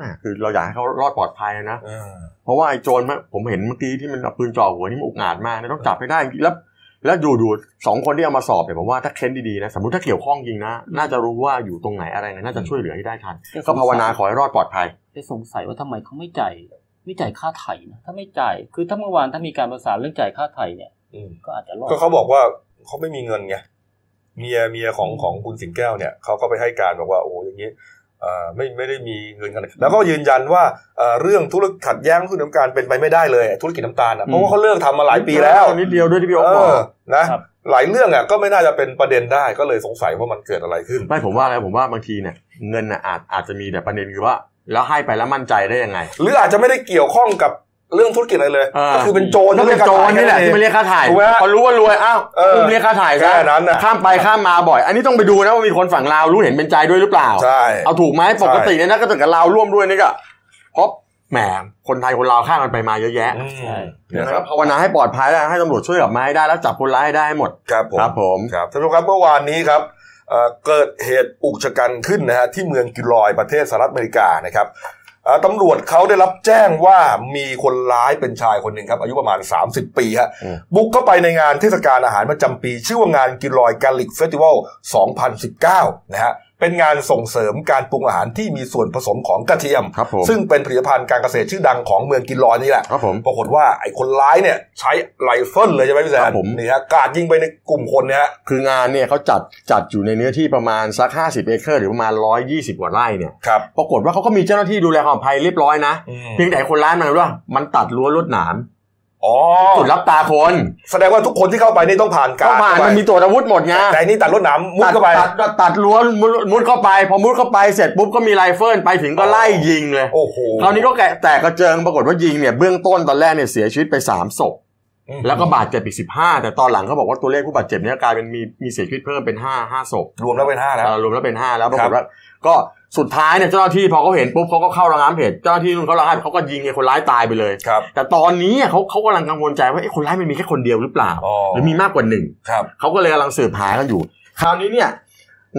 [SPEAKER 3] อ่ะคือเราอยากให้เขารอดปลอดภัยนะ
[SPEAKER 1] เออ
[SPEAKER 3] เพราะว่าไอ้โจรมันผมเห็นเมื่อกี้ที่มันเอาปืนจ่อหัวนี่มันอุกอาจมากนะต้องจับให้ได้แล้ว แล้วอยู่ดูสองคนที่เอามาสอบเนี่ยผมว่าถ้าเค้นดีๆนะสมมติถ้าเกี่ยวข้องจริงนะ น่าจะรู้ว่าอยู่ตรงไหนอะไรนะน่าจะช่วยเหลือให้ได้ทันก็ภาวนาขอให้รอดปลอดภัย
[SPEAKER 6] ได้สงสัยว่าทำไมเขาไม่จ่ายไม่จ่ายค่าไถ่นะถ้าไม่จ่ายคือถ้าเมื่อวานถ้ามีการประสานเรื่องจ่ายค่าไถ่เนี่ย
[SPEAKER 1] อืม
[SPEAKER 6] ก็อาจจะรอด
[SPEAKER 1] ก็เขาบอกว่าเขาไม่มีเงินไง เมียเมียของของคุณสิงแก้วเนี่ยเขาก็ไปให้การบอกว่าโอ้โหอย่างนี้เอ่อไม่ไม่ได้มีเงินกันเลยแล้วก็ยืนยันว่าเอ่อเรื่องธุรกิจขัดแย้งเรื่องน้ำการเป็นไปไม่ได้เลย ธุรกิจน้ำตาลอะเพราะว่าเขาเลิกทำมาหลายปีแล้ว
[SPEAKER 3] นิดเดียวด้วยที่พี่โอ๊ค
[SPEAKER 1] เอ
[SPEAKER 3] บอก
[SPEAKER 1] อนะครับ หลายเรื่องอ่ะก็ไม่น่าจะเป็นประเด็นได้ก็เลยสงสัยว่ามันเกิดอะไรขึ้น
[SPEAKER 3] ไม่ผมว่าอะไรผมว่าบางทีเนี่ยเงินน่ะอาจอาจจะมีแต่ประเด็นคือว่า แล้วให้ไปแล้วมั่นใจได้ยังไง
[SPEAKER 1] หรืออาจจะไม่ได้เกี่ยวข้องกับเรื่องธุรกิจอะไรเลย
[SPEAKER 3] เ
[SPEAKER 1] ก็คือเป็นโจร
[SPEAKER 3] ก็เป็นโจรนี่แหละที่ไม่เรียกค่าถ่าย
[SPEAKER 1] ถูกไหมฮะ
[SPEAKER 3] พอรู้ว่ารวยอ้าว
[SPEAKER 1] เออ
[SPEAKER 3] มเรียกค่าถ่าย
[SPEAKER 1] แค่
[SPEAKER 3] ซะ
[SPEAKER 1] นั้นนะ
[SPEAKER 3] ข้ามไปข้ามมาบ่อย อันนี้ต้องไปดูนะว่ามีคนฝั่งลาวรู้เห็นเป็นใจด้วยหรือเปล่า
[SPEAKER 1] ใช่
[SPEAKER 3] เอาถูกไหมปกติเนี่ยนะก็ถึงกับลาวร่วมด้วยนี่ก็เพราะแหมคนไทยคนลาวข้ามกันไปมาเยอะแยะ
[SPEAKER 1] อืม
[SPEAKER 6] ใช่
[SPEAKER 1] นะค
[SPEAKER 3] ค
[SPEAKER 1] รั
[SPEAKER 3] รั
[SPEAKER 1] บบ
[SPEAKER 3] ภาวนาให้ปลอดภัยแล้วให้ตำรวจช่วยออกมาให้ได้แล้วจับคนร้ายให้ได้ให้หมด
[SPEAKER 1] ครับผม
[SPEAKER 3] ครับผม
[SPEAKER 1] ครับท่านผู้ชมครับเมื่อวานนี้ครับเอ่อเกิดเหตุอุกชะกันขึ้นนะฮะที่เมืองกิลลอยประเทศสหรัฐอเมริกานะครับ อ่าตำรวจเขาได้รับแจ้งว่ามีคนร้ายเป็นชายคนหนึ่งครับ อายุประมาณ 30 ปีฮะ
[SPEAKER 3] อืม
[SPEAKER 1] บุกเข้าไปในงานเทศกาลอาหารประจำปี ชื่อว่างานกินลอยกาลิกเฟสติวัล 2019 นะฮะ เป็นงานส่งเสริมการปรุงอาหารที่มีส่วนผสมของกระเทียม
[SPEAKER 3] ครับผม
[SPEAKER 1] ซึ่งเป็นผลิตภัณฑ์การเกษตรชื่อดังของเมืองกินลอยนี่แหละ
[SPEAKER 3] ครับผม
[SPEAKER 1] ปรากฏว่าไอ้คนร้ายเนี่ย ใช้ไรเฟิลเลยใช่ไหมพี่แซ
[SPEAKER 3] ครั
[SPEAKER 1] น
[SPEAKER 3] บผม
[SPEAKER 1] นี่ฮะกราดยิงไปในกลุ่มคนเนี่ยฮะ
[SPEAKER 3] คืองานเนี่ยเขาจัดจัดอยู่ในเนื้อที่ประมาณสัก 50 เอเคอร์หรือประมาณ 120 กว่าไร่เนี่ย
[SPEAKER 1] ครับ
[SPEAKER 3] ปรากฏว่าเขาก็มีเจ้าหน้าที่ดูแลความปลอดภัยเรียบร้อยนะ
[SPEAKER 1] อืม
[SPEAKER 3] เพียงแต่คนร้ายมันว่ามันตัดรั้วลวดหนาม
[SPEAKER 1] อ๋อ
[SPEAKER 3] จุดรับตาคน
[SPEAKER 1] แสดงว่าทุกคนที่เข้าไปนี่ต้องผ่านการ
[SPEAKER 3] ก็ผ่าน
[SPEAKER 1] เข้ไป
[SPEAKER 3] มันมีตรวจอาวุธหมดไง
[SPEAKER 1] แต่อันนี่ตัดรถหน้ำมุดเข้าไป
[SPEAKER 3] ตัดตัดตัดรั้วมุดมุดเข้าไป พอมุดเข้าไปเสร็จปุ๊บก็มีไรเฟิลไปถึงก็ไล่ยิงเลย
[SPEAKER 1] โอ้โห
[SPEAKER 3] คราวนี้ก็แกะแตกกระเจิงปรากฏว่ายิงเนี่ยเบื้องต้นตอนแรกเนี่ยเสียชีวิตไปสามศพ
[SPEAKER 1] อืม
[SPEAKER 3] แล้วก็บาดเจ็บอีกสิบห้าแต่ตอนหลังเขาบอกว่าตัวเลขผู้บาดเจ็บเนี่ยกลายเป็นมีมีเสียชีวิตเพิ่มเป็นห้าห้าศพ
[SPEAKER 1] รวมแล้วเป็นห้าแล้ว
[SPEAKER 3] เอ่อรวมแล้วเป็น 5 แล้วปรา
[SPEAKER 1] ครั
[SPEAKER 3] ก
[SPEAKER 1] บ
[SPEAKER 3] ฏว่าก็สุดท้ายเนี่ยเจ้าหน้าที่พอเขาเห็นปุ๊บเขาก็เข้าระงับเหตุเจ้าหน้าที่รุ่นเขาระงับเขาก็ยิงไอ้คนร้ายตายไปเลย
[SPEAKER 1] ครับ
[SPEAKER 3] แต่ตอนนี้เขาเขากำลังกังวลใจว่าไอ้คนร้ายมันมีแค่คนเดียวหรือเปล่า
[SPEAKER 1] อ๋อ
[SPEAKER 3] หรือมีมากกว่าหนึ่ง
[SPEAKER 1] ครับ
[SPEAKER 3] เขาก็เลยกำลังสืบหากันอยู่ คราวนี้เนี่ย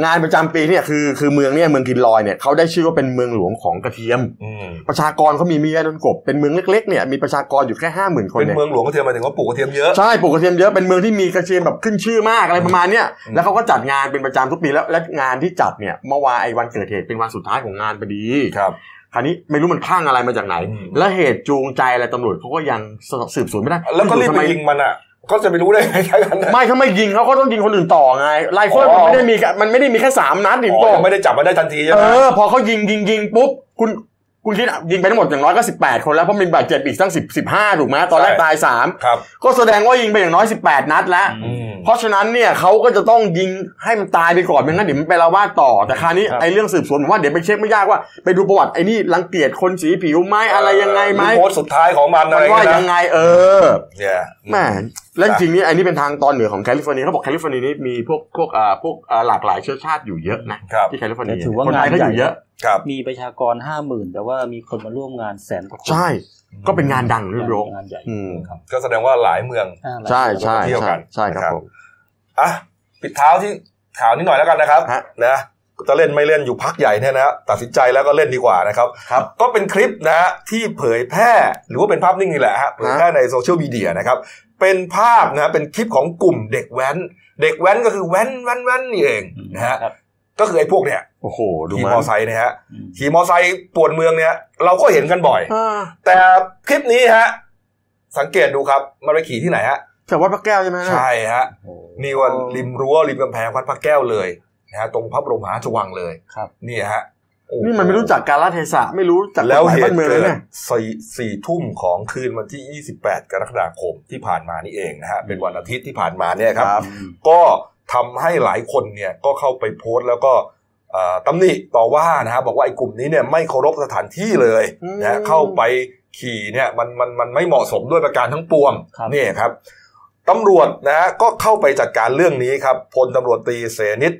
[SPEAKER 3] งานประจำปีเนี่ยคือคือเมืองเนี่ยเมืองกินลอยเนี่ยเขาได้ชื่อว่าเป็นเมืองหลวงของกระเทียม
[SPEAKER 1] อืม
[SPEAKER 3] ประชากรเขามีไมีแย่โดนกบเป็นเมืองเล็กๆเนี่ยมีประชากรอยู่แค่ห้าหมื่นคน
[SPEAKER 1] เป็น
[SPEAKER 3] เนี่ย
[SPEAKER 1] เมืองหลวงก็เทียมหมายถึงว่าปลูกกระเทียมเยอะ
[SPEAKER 3] ใช่ปลูกกระเทียมเยอะเป็นเมืองที่มีกระเทียมแบบขึ้นชื่อมากอะไรประมาณเนี้ย
[SPEAKER 1] อืม
[SPEAKER 3] แล้วเขาก็จัดงานเป็นประจำทุกปีแล้วและงานที่จัดเนี่ยเมื่อวานไอ้วันเกิดเหตุเป็นวันสุดท้ายของงานพอดี
[SPEAKER 1] ครับ
[SPEAKER 3] คราวนี้ไม่รู้มันข้างอะไรมาจากไหน
[SPEAKER 1] อืม
[SPEAKER 3] และเหตุจูงใจอะไรตำรวจเขาก็ยังสืบสวนไม่ได้
[SPEAKER 1] แล้วก็รีบ
[SPEAKER 3] ทำ
[SPEAKER 1] ไป
[SPEAKER 3] ไม
[SPEAKER 1] ยิงมันอ่ะ ก็จะไปรู้ได้ไง ใช่กันนะ
[SPEAKER 3] ไม่ถ้าไม่ยิงเขาก็ต้องยิงคนอื่นต่อไงไรเฟิล
[SPEAKER 1] อ๋
[SPEAKER 3] มั
[SPEAKER 1] อ
[SPEAKER 3] นไม่ได้มีแค่มันไม่ได้มีแค่สามนัดดิ
[SPEAKER 1] อ๋
[SPEAKER 3] โป้
[SPEAKER 1] อยังไม่ได้จับมันได้ทันทีใช่
[SPEAKER 3] เอ
[SPEAKER 1] ไหม
[SPEAKER 3] อพอเขายิงยิงยิงปุ๊บคุณคุณคิดยิงไปทั้งหมดอย่างน้อยก็สิบแปดคนแล้วเพราะมีบาดเจ็บอีกตั้งสิบสิบห้าถูกไหมตอนแรกตายสาม
[SPEAKER 1] ครับ
[SPEAKER 3] ก็แสดงว่ายิงไปอย่างน้อยสิบแปดนัดแล้ว
[SPEAKER 1] อืม
[SPEAKER 3] เพราะฉะนั้นเนี่ยเขาก็จะต้องยิงให้มันตายไปก่อนไม่งั้นเดี๋ยวมันไปละวาดต่อแต่คราวนี้
[SPEAKER 7] ครับ
[SPEAKER 3] ไอ้เรื่องสืบสวนผมว่าเดี๋ยวไปเช็คไม่ยากว่าไปดูประวัติไอ้นี่รังเกียจคนสีผิวไหมอะไรยังไงไหม
[SPEAKER 1] หรือโพสต์สุดท้ายของมันอะ
[SPEAKER 3] มั
[SPEAKER 1] ไร
[SPEAKER 3] นว่า
[SPEAKER 1] เงี้ย
[SPEAKER 3] ยั
[SPEAKER 1] นะ
[SPEAKER 3] งไงเออ
[SPEAKER 1] เนี่ย
[SPEAKER 3] แหม่และจริงๆนี่ไอ้นี่เป็นทางตอนเหนือของแคลิฟอร์เนียเขาบอกแคลิฟอร์เนียนี่มีพวกพวกอ่าพวกอ่าหลากหลายเชื้อชาติอยู่เยอะนะครับ ที่แคลิฟอร์เนีย
[SPEAKER 6] แต่ถือว่า
[SPEAKER 3] คนไทยก็
[SPEAKER 6] งาน
[SPEAKER 3] อ
[SPEAKER 6] ใหญ่
[SPEAKER 3] ยู่เยอะ
[SPEAKER 1] ครับ
[SPEAKER 6] มีประชากรห้าหมื่นแต่ว่ามีคนมาร่วมงานแสนกว่าคน
[SPEAKER 3] ใช่ ก็เป็นงานดังเรื่อย
[SPEAKER 6] งานใหญ่
[SPEAKER 3] ๆอืม
[SPEAKER 1] ก็แสดงว่าหลายเมือง
[SPEAKER 6] อ่าหลาย
[SPEAKER 3] ใช่ใช่
[SPEAKER 1] เที่ยวกั
[SPEAKER 3] ใช่
[SPEAKER 1] น
[SPEAKER 3] ใช่ครับผม
[SPEAKER 1] อ่ะปิดเท้าที่ข่าวนี้หน่อยแล้วกันนะครับ
[SPEAKER 3] ฮะ
[SPEAKER 1] นะจะเล่นไม่เล่นอยู่พักใหญ่เนี่ยนะตัดสินใจแล้วก็เล่นดีกว่านะครับ
[SPEAKER 3] ครับ
[SPEAKER 1] ก็เป็นคลิปนะฮะที่เผยแพร่หรือว่าเป็นภาพนิ่งนี่แหละฮะเผยแพร่ในโซเชียลมีเดียนะครับ เป็นภาพนะฮะเป็นคลิปของกลุ่มเด็กแว้น เด็กแว้นก็คือแว้นแว้นแว้นนี่เองนะฮะ
[SPEAKER 6] ครับ
[SPEAKER 1] ก็คือไอ้พวกเนี่ย
[SPEAKER 3] โอ้โหดู
[SPEAKER 1] ขี่ม
[SPEAKER 3] มั
[SPEAKER 1] อนเตอร์ไซค์เนี่ยฮะ
[SPEAKER 6] อืม
[SPEAKER 1] ขี่มอเตอร์ไซค์ป่วนเมืองเนี่ยเราก็เห็นกันบ่อย
[SPEAKER 3] อ่า
[SPEAKER 1] แต่คลิปนี้ฮะสังเกตดูครับมันไปขี่ที่ไหนฮะ
[SPEAKER 3] แต่ว่าพระแก้วใช่ไหมนะ
[SPEAKER 1] ใช่ฮะนี่ว่าริมรั้วริมกำแพงวัดพระแก้วเลยนะฮะตรงพระบรมหาราชวังเลย
[SPEAKER 6] ครับ
[SPEAKER 1] นี่ฮะโอ้โห
[SPEAKER 3] นี่มันไม่รู้จักการรัเทศะไม่รู้จักกฎ
[SPEAKER 1] แล้ว
[SPEAKER 3] หมาย
[SPEAKER 1] เห
[SPEAKER 3] บ้า
[SPEAKER 1] ตุ
[SPEAKER 3] นเมือง
[SPEAKER 1] เกิ
[SPEAKER 3] เลย
[SPEAKER 1] ด
[SPEAKER 3] เนี่ย
[SPEAKER 1] สี่สี่ทุ่มของคืนวันที่ 28 กรกฎาคมที่ผ่านมานี่เองนะฮะเป็นวันอาทิตย์ที่ผ่านมาเนี่ยครับ
[SPEAKER 3] ครับ
[SPEAKER 1] ก็ทำให้หลายคนเนี่ยก็เข้าไปโพสต์แล้วก็เอ่อตำหนิต่อว่านะฮะบอกว่าไอ้กลุ่มนี้เนี่ยไม่เคารพสถานที่เลยนะฮะ
[SPEAKER 3] อืม
[SPEAKER 1] เข้าไปขี่เนี่ยมันมันมันไม่เหมาะสมด้วยประการทั้งปวง
[SPEAKER 6] ครับ
[SPEAKER 1] นี่ครับตำรวจนะฮะก็เข้าไปจัดการเรื่องนี้ครับพลตำรวจตรีเสนิต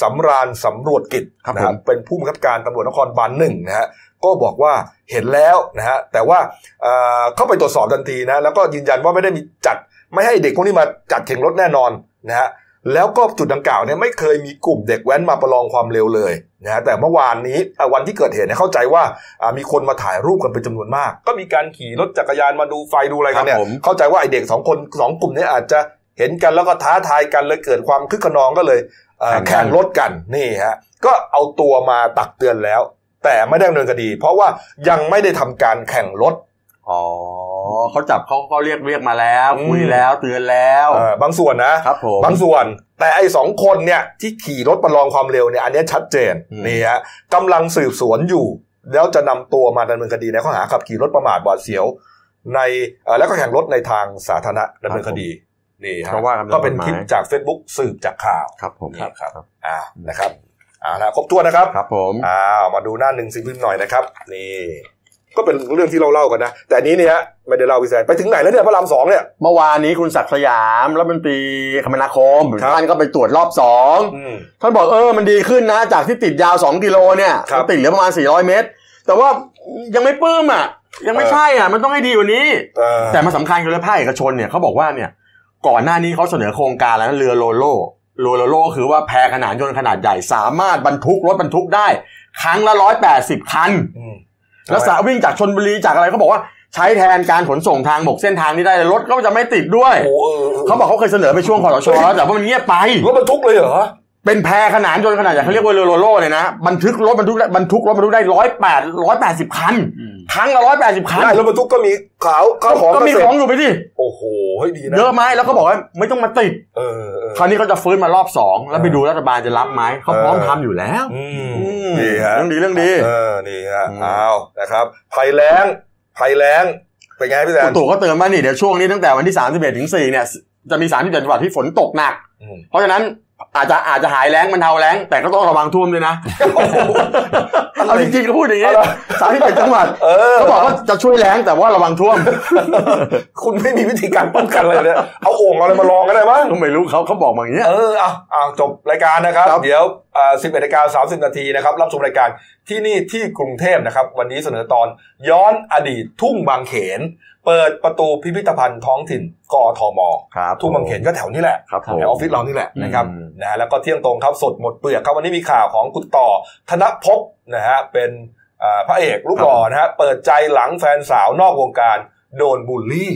[SPEAKER 1] สำราญสำรวจกิจ
[SPEAKER 3] ครับ
[SPEAKER 1] นะฮะ
[SPEAKER 3] ผม
[SPEAKER 1] เป็นผู้บังคับการตำรวจนครบาลหนึ่งนะฮะก็บอกว่าเห็นแล้วนะฮะแต่ว่าเอ่อเข้าไปตรวจสอบทันทีนะแล้วก็ยืนยันว่าไม่ได้มีจัด ไม่ให้เด็กพวกนี้มาจัดแข่งรถแน่นอนนะฮะแล้วก็จุดดังกล่าวเนี่ยไม่เคยมีกลุ่มเด็กแว้นมาประลองความเร็วเลยนะฮะแต่เมื่อวานนี้อ่ะวันที่เกิดเหตุเนี่ยเข้าใจว่าอ่ะมีคนมาถ่ายรูปกันเป็นจำนวนมาก ก็มีการขี่รถจักรยานมาดูไฟดูอะไรกันเนี่ย
[SPEAKER 3] ครับผม
[SPEAKER 1] เข้าใจว่าไอเด็กสองคนสองกลุ่มเนี้อาจจะเห็นกันแล้วก็ท้าทายกันเลยเกิดความคึกขนองก็เลยเอ่อแข่งรถกันนี่ฮะก็เอาตัวมาตักเตือนแล้ว แต่ไม่ได้ดำเนินคดี เพราะว่ายังไม่ได้ทำการแข่งรถ
[SPEAKER 3] อ๋อเขาจับเขาเขาเรียกเรียกมาแล้ว
[SPEAKER 1] อืม
[SPEAKER 3] คุยแล้วเตือนแล้ว
[SPEAKER 1] เอ่อบางส่วนนะ
[SPEAKER 3] ครับผม
[SPEAKER 1] บางส่วนแต่ไอ้สองคนเนี่ยที่ขี่รถประลองความเร็วเนี่ยอันเนี้ยชัดเจน
[SPEAKER 3] อืม
[SPEAKER 1] นี่ฮะกำลังสืบสวนอยู่ แล้วจะนำตัวมาดำเนินคดีในข้อหาขับขี่รถประมาทหวาดเสียว ในเอ่อแล้วก็แข่งรถในทางสาธารณะดำเนินคดีนี่ฮะ
[SPEAKER 3] เพราะว่ากัน
[SPEAKER 1] ก็เป็นคลิป
[SPEAKER 3] กฎหมาย
[SPEAKER 1] จาก Facebook สืบจากข่าว
[SPEAKER 3] ครับผม
[SPEAKER 1] นี่ครับอ่านะครับอ่านะครบถ้วนนะครับ
[SPEAKER 3] ครับผม
[SPEAKER 1] อ้าวมาดูหน้าหนึ่งสิงพิมพ์หน่อยนะครับ นี่ ก็เป็นเรื่องที่เราเล่ากันนะ แต่อันนี้เนี่ยไม่ได้เล่าพิเศษไปถึงไหนแล้วเนี่ยพระรามสองเนี่ย
[SPEAKER 3] เมื่อวานนี้คุณศักดิ์สยามรัฐมนตรีคมนาคม
[SPEAKER 1] ครับ
[SPEAKER 3] ท่านก็ไปตรวจรอบสอง
[SPEAKER 1] อืม
[SPEAKER 3] ท่านบอกเออมันดีขึ้นนะ จากที่ติดยาว 2 กิโลเนี่ย
[SPEAKER 1] ครับ
[SPEAKER 3] มันติดเหลือประมาณ 400 เมตร แต่ว่ายังไม่ปลื้มอ่ะ ยังไม่
[SPEAKER 1] เออ
[SPEAKER 3] ใช่อ่ะมันต้องให้ดีกว่านี้
[SPEAKER 1] เอ่อ
[SPEAKER 3] แต่มันสำคัญคือเรื่องภาคเอกชนเนี่ยเขาบอกว่าเนี่ยก่อนหน้านี้เขาเสนอโครงการแล้วนะเรือโลโลเรือโลโลคือว่าแพขนานยนต์ขนาดใหญ่สามารถบรรทุกรถบรรทุกได้ ครั้งละร้อยแปดสิบคัน
[SPEAKER 1] อืม
[SPEAKER 3] แล้วสาวิ่งจากชนบุรีจากอะไรเขาบอกว่าใช้แทนการขนส่งทางบกเส้นทางนี้ได้รถก็จะไม่ติดด้วย
[SPEAKER 1] โอ้เออ
[SPEAKER 3] เขาบอกเขาเคยเสนอไปช่วงคอสชแล้วแต่ว่ามันเงียบไป
[SPEAKER 1] รถบรรทุกเลยเหรอ
[SPEAKER 3] เป็นแพขนานจนขนาดอย่างเขาเรียกว่าเรือโรโล่เนี่ยนะบรรทุกรถบรรทุกได้บรรทุกรถบรรทุกได้ร้อยแปดร้อยแปดสิบคัน
[SPEAKER 6] อืม
[SPEAKER 3] ทั้งละร้อยแปดสิบคัน
[SPEAKER 1] ได้รถบรรทุกก็มีขาวข้าวของ
[SPEAKER 3] ก็มี
[SPEAKER 1] เษตร
[SPEAKER 3] ของอยู่ไปที่
[SPEAKER 1] โอ้โหเฮ้ยดีนะ
[SPEAKER 3] เยอะไหมแล้วก็บอกว่าไม่ต้องมาติด
[SPEAKER 1] เออเออ
[SPEAKER 3] คราวนี้เขาจะฟื้นมารอบสองแล้วไปดูรัฐบาลจะรับไหมเขาพร้อม
[SPEAKER 1] เออ
[SPEAKER 3] ทำอยู่แล้ว
[SPEAKER 1] อืม
[SPEAKER 3] อืม
[SPEAKER 1] ดีฮะ
[SPEAKER 3] เรื่องดีเรื่องดี
[SPEAKER 1] เออนี่ฮะ
[SPEAKER 3] อืม
[SPEAKER 1] อ้าวนะครับภัยแล้งภัยแล้งเป็นไงพี่แซ
[SPEAKER 3] คุ
[SPEAKER 1] น
[SPEAKER 3] ณตู่ก็เตือนว่านี่เดี๋ยวช่วงนี้ตั้งแต่วันที่ 31 ถึง 4 เนี่ย จะมี 37จังหวัดที่ฝนตกหนัก
[SPEAKER 1] อืม
[SPEAKER 3] เพราะฉะนั้นอาจจะอาจจะหายแล้งบรรเทาแล้ง แต่ก็ต้องระวังท่วมด้วยนะ เอาจริงๆก็พูดอย่างนี้37จังหวัด
[SPEAKER 1] เออ
[SPEAKER 3] เขาบอกว่าจะช่วยแล้งแต่ว่าระวังท่วม
[SPEAKER 1] คุณไม่มีวิธีการป้องกันอะไรเลยนะเอาโอ่งเอาอะไรมาลองก็ได้มั้ง
[SPEAKER 3] ก็ไม่รู้เขาเขาบอกมาอย่างเงี้ย
[SPEAKER 1] เออเอาเอาจบรายการนะครับ
[SPEAKER 3] ครับ
[SPEAKER 1] เดี๋ยวอ่า11นาฬิกา30 นาทีนะครับ รับชมรายการที่นี่ที่กรุงเทพนะครับ วันนี้เสนอตอนย้อนอดีตทุ่งบางเขน เปิดประตูพิพิธภัณฑ์ท้องถิ่นกอทม
[SPEAKER 3] ครับ
[SPEAKER 1] ทุ่งบางเขนก็แถวนี้แหละ
[SPEAKER 3] ครับผม
[SPEAKER 1] แถวออฟฟิศเรานี่แหละ
[SPEAKER 6] อืม
[SPEAKER 1] นะครับ
[SPEAKER 3] อืม
[SPEAKER 1] นะฮะแล้วก็เที่ยงตรงครับสดหมดเปลือกครับวันนี้มีข่าวของคุณต่อ ธนภพนะฮะเป็นอ่าพระเอกรูปหล่อนะฮะเปิดใจหลังแฟนสาวนอกวงการ โดนบูลลี่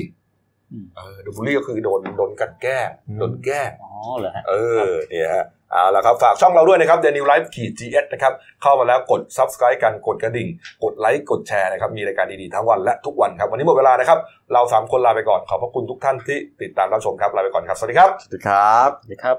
[SPEAKER 6] อืม
[SPEAKER 1] เออโดนบูลลี่ก็คือโดนโดนกลันแกล้งโดนแกล้ง
[SPEAKER 6] อ๋อเหรอฮะ
[SPEAKER 1] เออเนี่ยฮะเอาละครับ ฝากช่องเราด้วยนะครับ The New Life ขีด GS นะครับ เข้ามาแล้วกด subscribe กันกดกระดิ่ง กดไลค์กดแชร์นะครับ มีรายการดีๆทั้งวันและทุกวันครับ วันนี้หมดเวลานะครับ เรา 3 คนลาไปก่อน ขอบพระคุณทุกท่านที่ติดตามรับชมครับ ลาไปก่อนครับ สวัสดีครับ
[SPEAKER 3] สวัสดีครับ
[SPEAKER 6] สวัสดีครับ